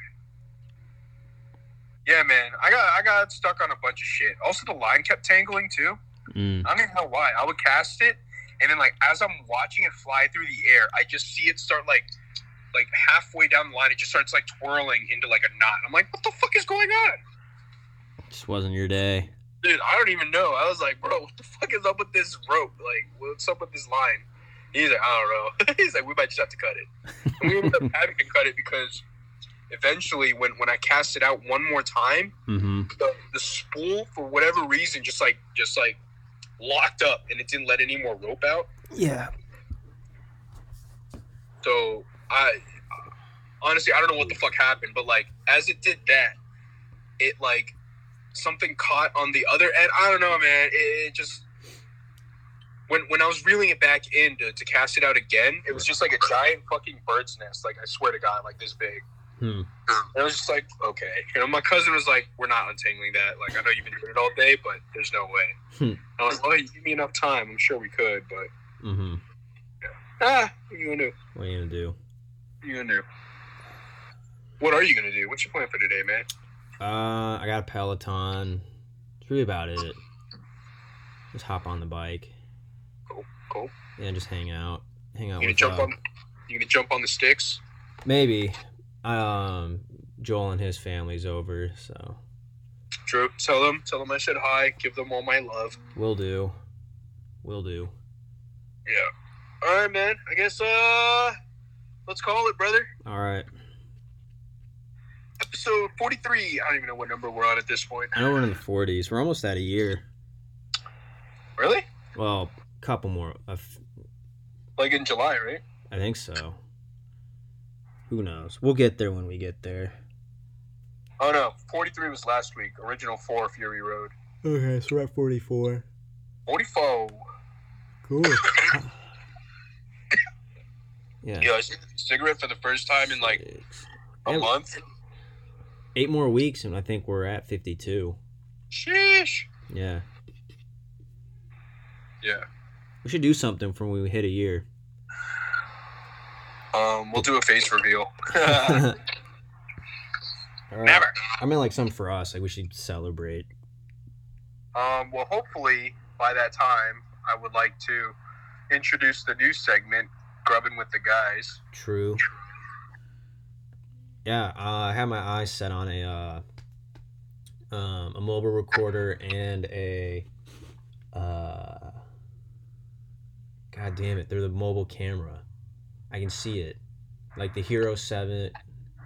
S3: Yeah, man, I got I got stuck on a bunch of shit. Also, the line kept tangling too.
S2: Mm.
S3: I don't even know why. I would cast it, and then like as I'm watching it fly through the air, I just see it start like like halfway down the line, it just starts like twirling into like a knot. I'm like, what the fuck is going on?
S2: Just wasn't your day.
S3: dude, I don't even know. I was like, bro, what the fuck is up with this rope? Like, what's up with this line? He's like, I don't know. (laughs) He's like, we might just have to cut it. And we ended (laughs) up having to cut it because eventually, when, when I cast it out one more time,
S2: Mm-hmm.
S3: the, the spool, for whatever reason, just like just like locked up and it didn't let any more rope out.
S2: Yeah.
S3: So I honestly I don't know what the fuck happened, but like as it did that, it like something caught on the other end. I don't know, man. It, it just when when I was reeling it back in to, to cast it out again, it was just like a giant fucking bird's nest. Like I swear to God, like this big.
S2: Hmm.
S3: And I was just like, okay. You know, my cousin was like, we're not untangling that. Like I know you've been doing it all day, but there's no way.
S2: Hmm.
S3: I was like, well, you give me enough time. I'm sure we could, but
S2: Mm-hmm.
S3: ah, you gonna do?
S2: What are you gonna do?
S3: you gonna do? What are you gonna do? What's your plan for today, man?
S2: Uh, I got a Peloton. It's really about it. Just hop on the bike.
S3: Cool, cool.
S2: Yeah, just hang out. Hang out
S3: You gonna
S2: with
S3: jump
S2: uh,
S3: on? You gonna jump on the sticks?
S2: maybe. Um, Joel and his family's over, so
S3: Drew, tell them, tell them I said hi. Give them all my love.
S2: we'll do. We'll do.
S3: Yeah. All right, man. I guess uh, let's call it, brother.
S2: All right.
S3: Episode forty-three. I don't even know what number we're on at this point.
S2: I know we're in the 40s. We're almost at a year.
S3: Really?
S2: Well, couple more. A f-
S3: like in July, right?
S2: I think so. Who knows? We'll get there when we get there.
S3: Oh no, 43 was last week. Original four Fury Road.
S2: Okay, so we're at 44.
S3: 44.
S2: Cool. (coughs) yeah.
S3: Yo, I smoked a cigarette for the first time in like
S2: six.
S3: a
S2: Yeah.
S3: month.
S2: Eight more weeks, and I think we're at 52.
S3: Sheesh.
S2: Yeah.
S3: Yeah.
S2: We should do something for when we hit a year.
S3: Um, we'll do a face reveal. (laughs)
S2: All right.
S3: Never.
S2: I mean, like something for us. Like we should celebrate.
S3: Um, well, hopefully by that time, I would like to introduce the new segment, Grubbing with the Guys.
S2: True. Yeah, uh, I have my eyes set on a uh, um, a mobile recorder and a uh, God damn it, they're the mobile camera. I can see it, like the Hero Seven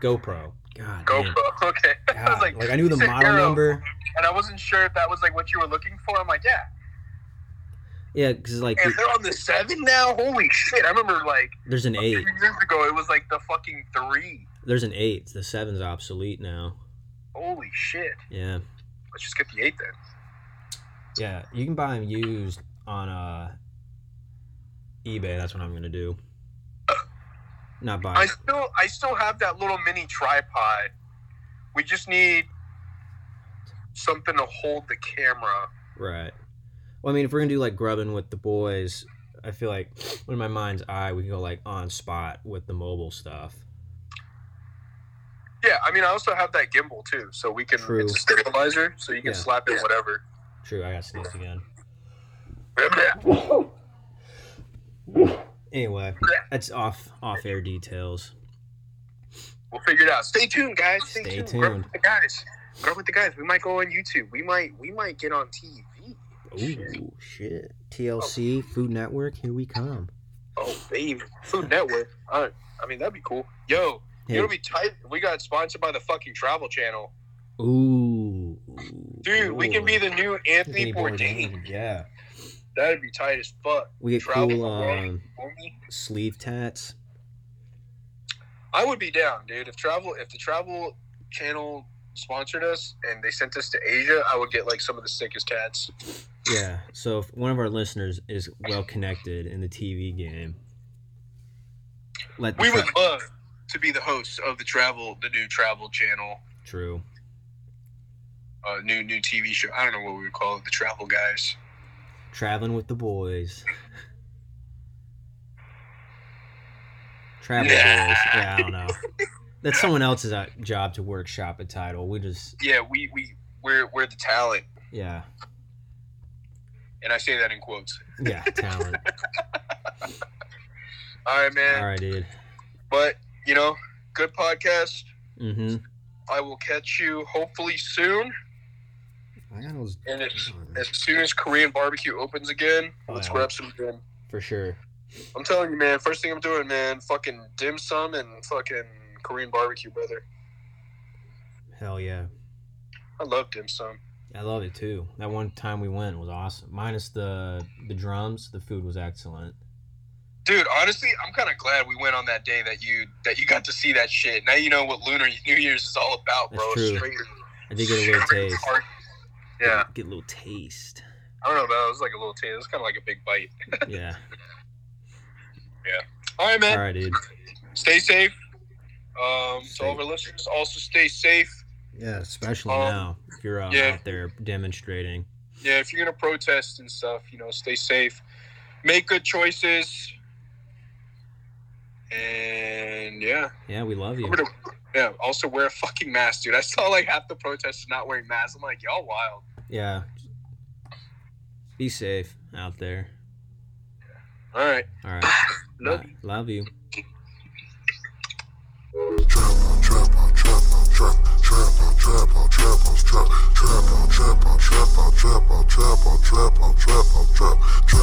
S2: GoPro. God, damn.
S3: GoPro. (laughs) Okay. I
S2: God,
S3: was
S2: like,
S3: like,
S2: I knew the
S3: you said
S2: model
S3: Hero.
S2: number.
S3: and I wasn't sure if that was like what you were looking for. I'm like, yeah.
S2: Yeah, because like
S3: And they're on the seven now. Holy shit! I remember like
S2: there's an
S3: a few
S2: eight,
S3: years ago, it was like the fucking three.
S2: there's an eight. The seven's obsolete now.
S3: Holy shit!
S2: Yeah.
S3: Let's just get the eight then.
S2: Yeah, you can buy them used on uh, eBay. That's what I'm gonna do. Not buy.
S3: I
S2: it.
S3: still, I still have that little mini tripod. We just need something to hold the camera.
S2: Right. Well, I mean, if we're gonna do like grubbing with the boys, I feel like in my mind's eye, we can go like on spot with the mobile stuff.
S3: Yeah, I mean, I also have that gimbal too, so we can.
S2: True.
S3: It's a stabilizer, so you can
S2: Yeah.
S3: slap it whatever.
S2: True. I got sneezed again.
S3: Yeah.
S2: Anyway, that's off off air details.
S3: We'll figure it out. Stay tuned, guys. Stay,
S2: Stay
S3: tuned. Grow
S2: tuned.
S3: with the guys. Grow with the guys. We might go on YouTube. We might, we might get on TV.
S2: Ooh, shit. TLC Food Network, here we come.
S3: Oh, babe. Food Network. All right. I mean, that'd be cool. Yo,
S2: Hey.
S3: you know what would be tight? if We got sponsored by the fucking Travel Channel.
S2: Ooh.
S3: Dude, we can be the new Anthony Bourdain.
S2: Yeah.
S3: That'd be tight as fuck.
S2: We get
S3: Travel
S2: cool
S3: Channel.
S2: um,
S3: homie.
S2: sleeve tats.
S3: I would be down, dude. If travel, if the Travel Channel sponsored us and they sent us to Asia, I would get like some of the sickest tats.
S2: Yeah. So if one of our listeners is well connected in the TV game, let the
S3: We would
S2: tra-
S3: love to be the hosts of the Travel, the new Travel Channel,
S2: true.
S3: uh, new new TV show. I don't know what we would call it. The Travel Guys.
S2: Traveling with the boys. Travel
S3: Nah.
S2: boys. Yeah, I don't know. That's someone else's uh, job to workshop a title. We just
S3: Yeah, we we we're we're the talent,
S2: yeah
S3: and I say that in quotes.
S2: yeah
S3: (laughs)
S2: talent.
S3: All right, man.
S2: All right, dude.
S3: But you know, good podcast.
S2: Mm-hmm.
S3: I will catch you hopefully soon,
S2: I got those
S3: and as, as soon as Korean barbecue opens again,
S2: Oh,
S3: let's
S2: yeah.
S3: grab some dim.
S2: for sure.
S3: I'm telling you, man. First thing I'm doing, man, fucking dim sum and fucking Korean barbecue, brother.
S2: Hell yeah.
S3: I love dim sum.
S2: I love it too. That one time we went was awesome. Minus the the drums, the food was excellent.
S3: Dude, honestly, I'm kind of glad we went on that day that you that you got to see that shit. Now you know what Lunar New Year's is all about, bro.
S2: That's true.
S3: Straight-
S2: I did get a little
S3: straight
S2: taste.
S3: heart. Yeah,
S2: Get a little taste.
S3: I don't know, but it was like a little taste. It was kind of like a big bite. (laughs)
S2: Yeah.
S3: All right, man.
S2: All right, dude.
S3: Stay safe. Um, to
S2: Safe.
S3: all of our listeners, also stay safe.
S2: Yeah, especially
S3: Um,
S2: now if you're uh,
S3: yeah.
S2: out there demonstrating.
S3: Yeah, if you're gonna protest and stuff, you know, stay safe. Make good choices. And yeah,
S2: Yeah, we love you.
S3: I'm gonna, yeah. Also, wear a fucking mask, dude. I saw like half the protesters not wearing masks. I'm like, y'all wild.
S2: Yeah. Be safe out there.
S3: All right.
S2: All
S3: (sighs)
S2: right.
S3: Love
S2: Bye. Love you.
S1: Trap on trap on trap on trap trap on trap on trap on trap trap on trap on trap on trap on trap on trap on trap on trap trap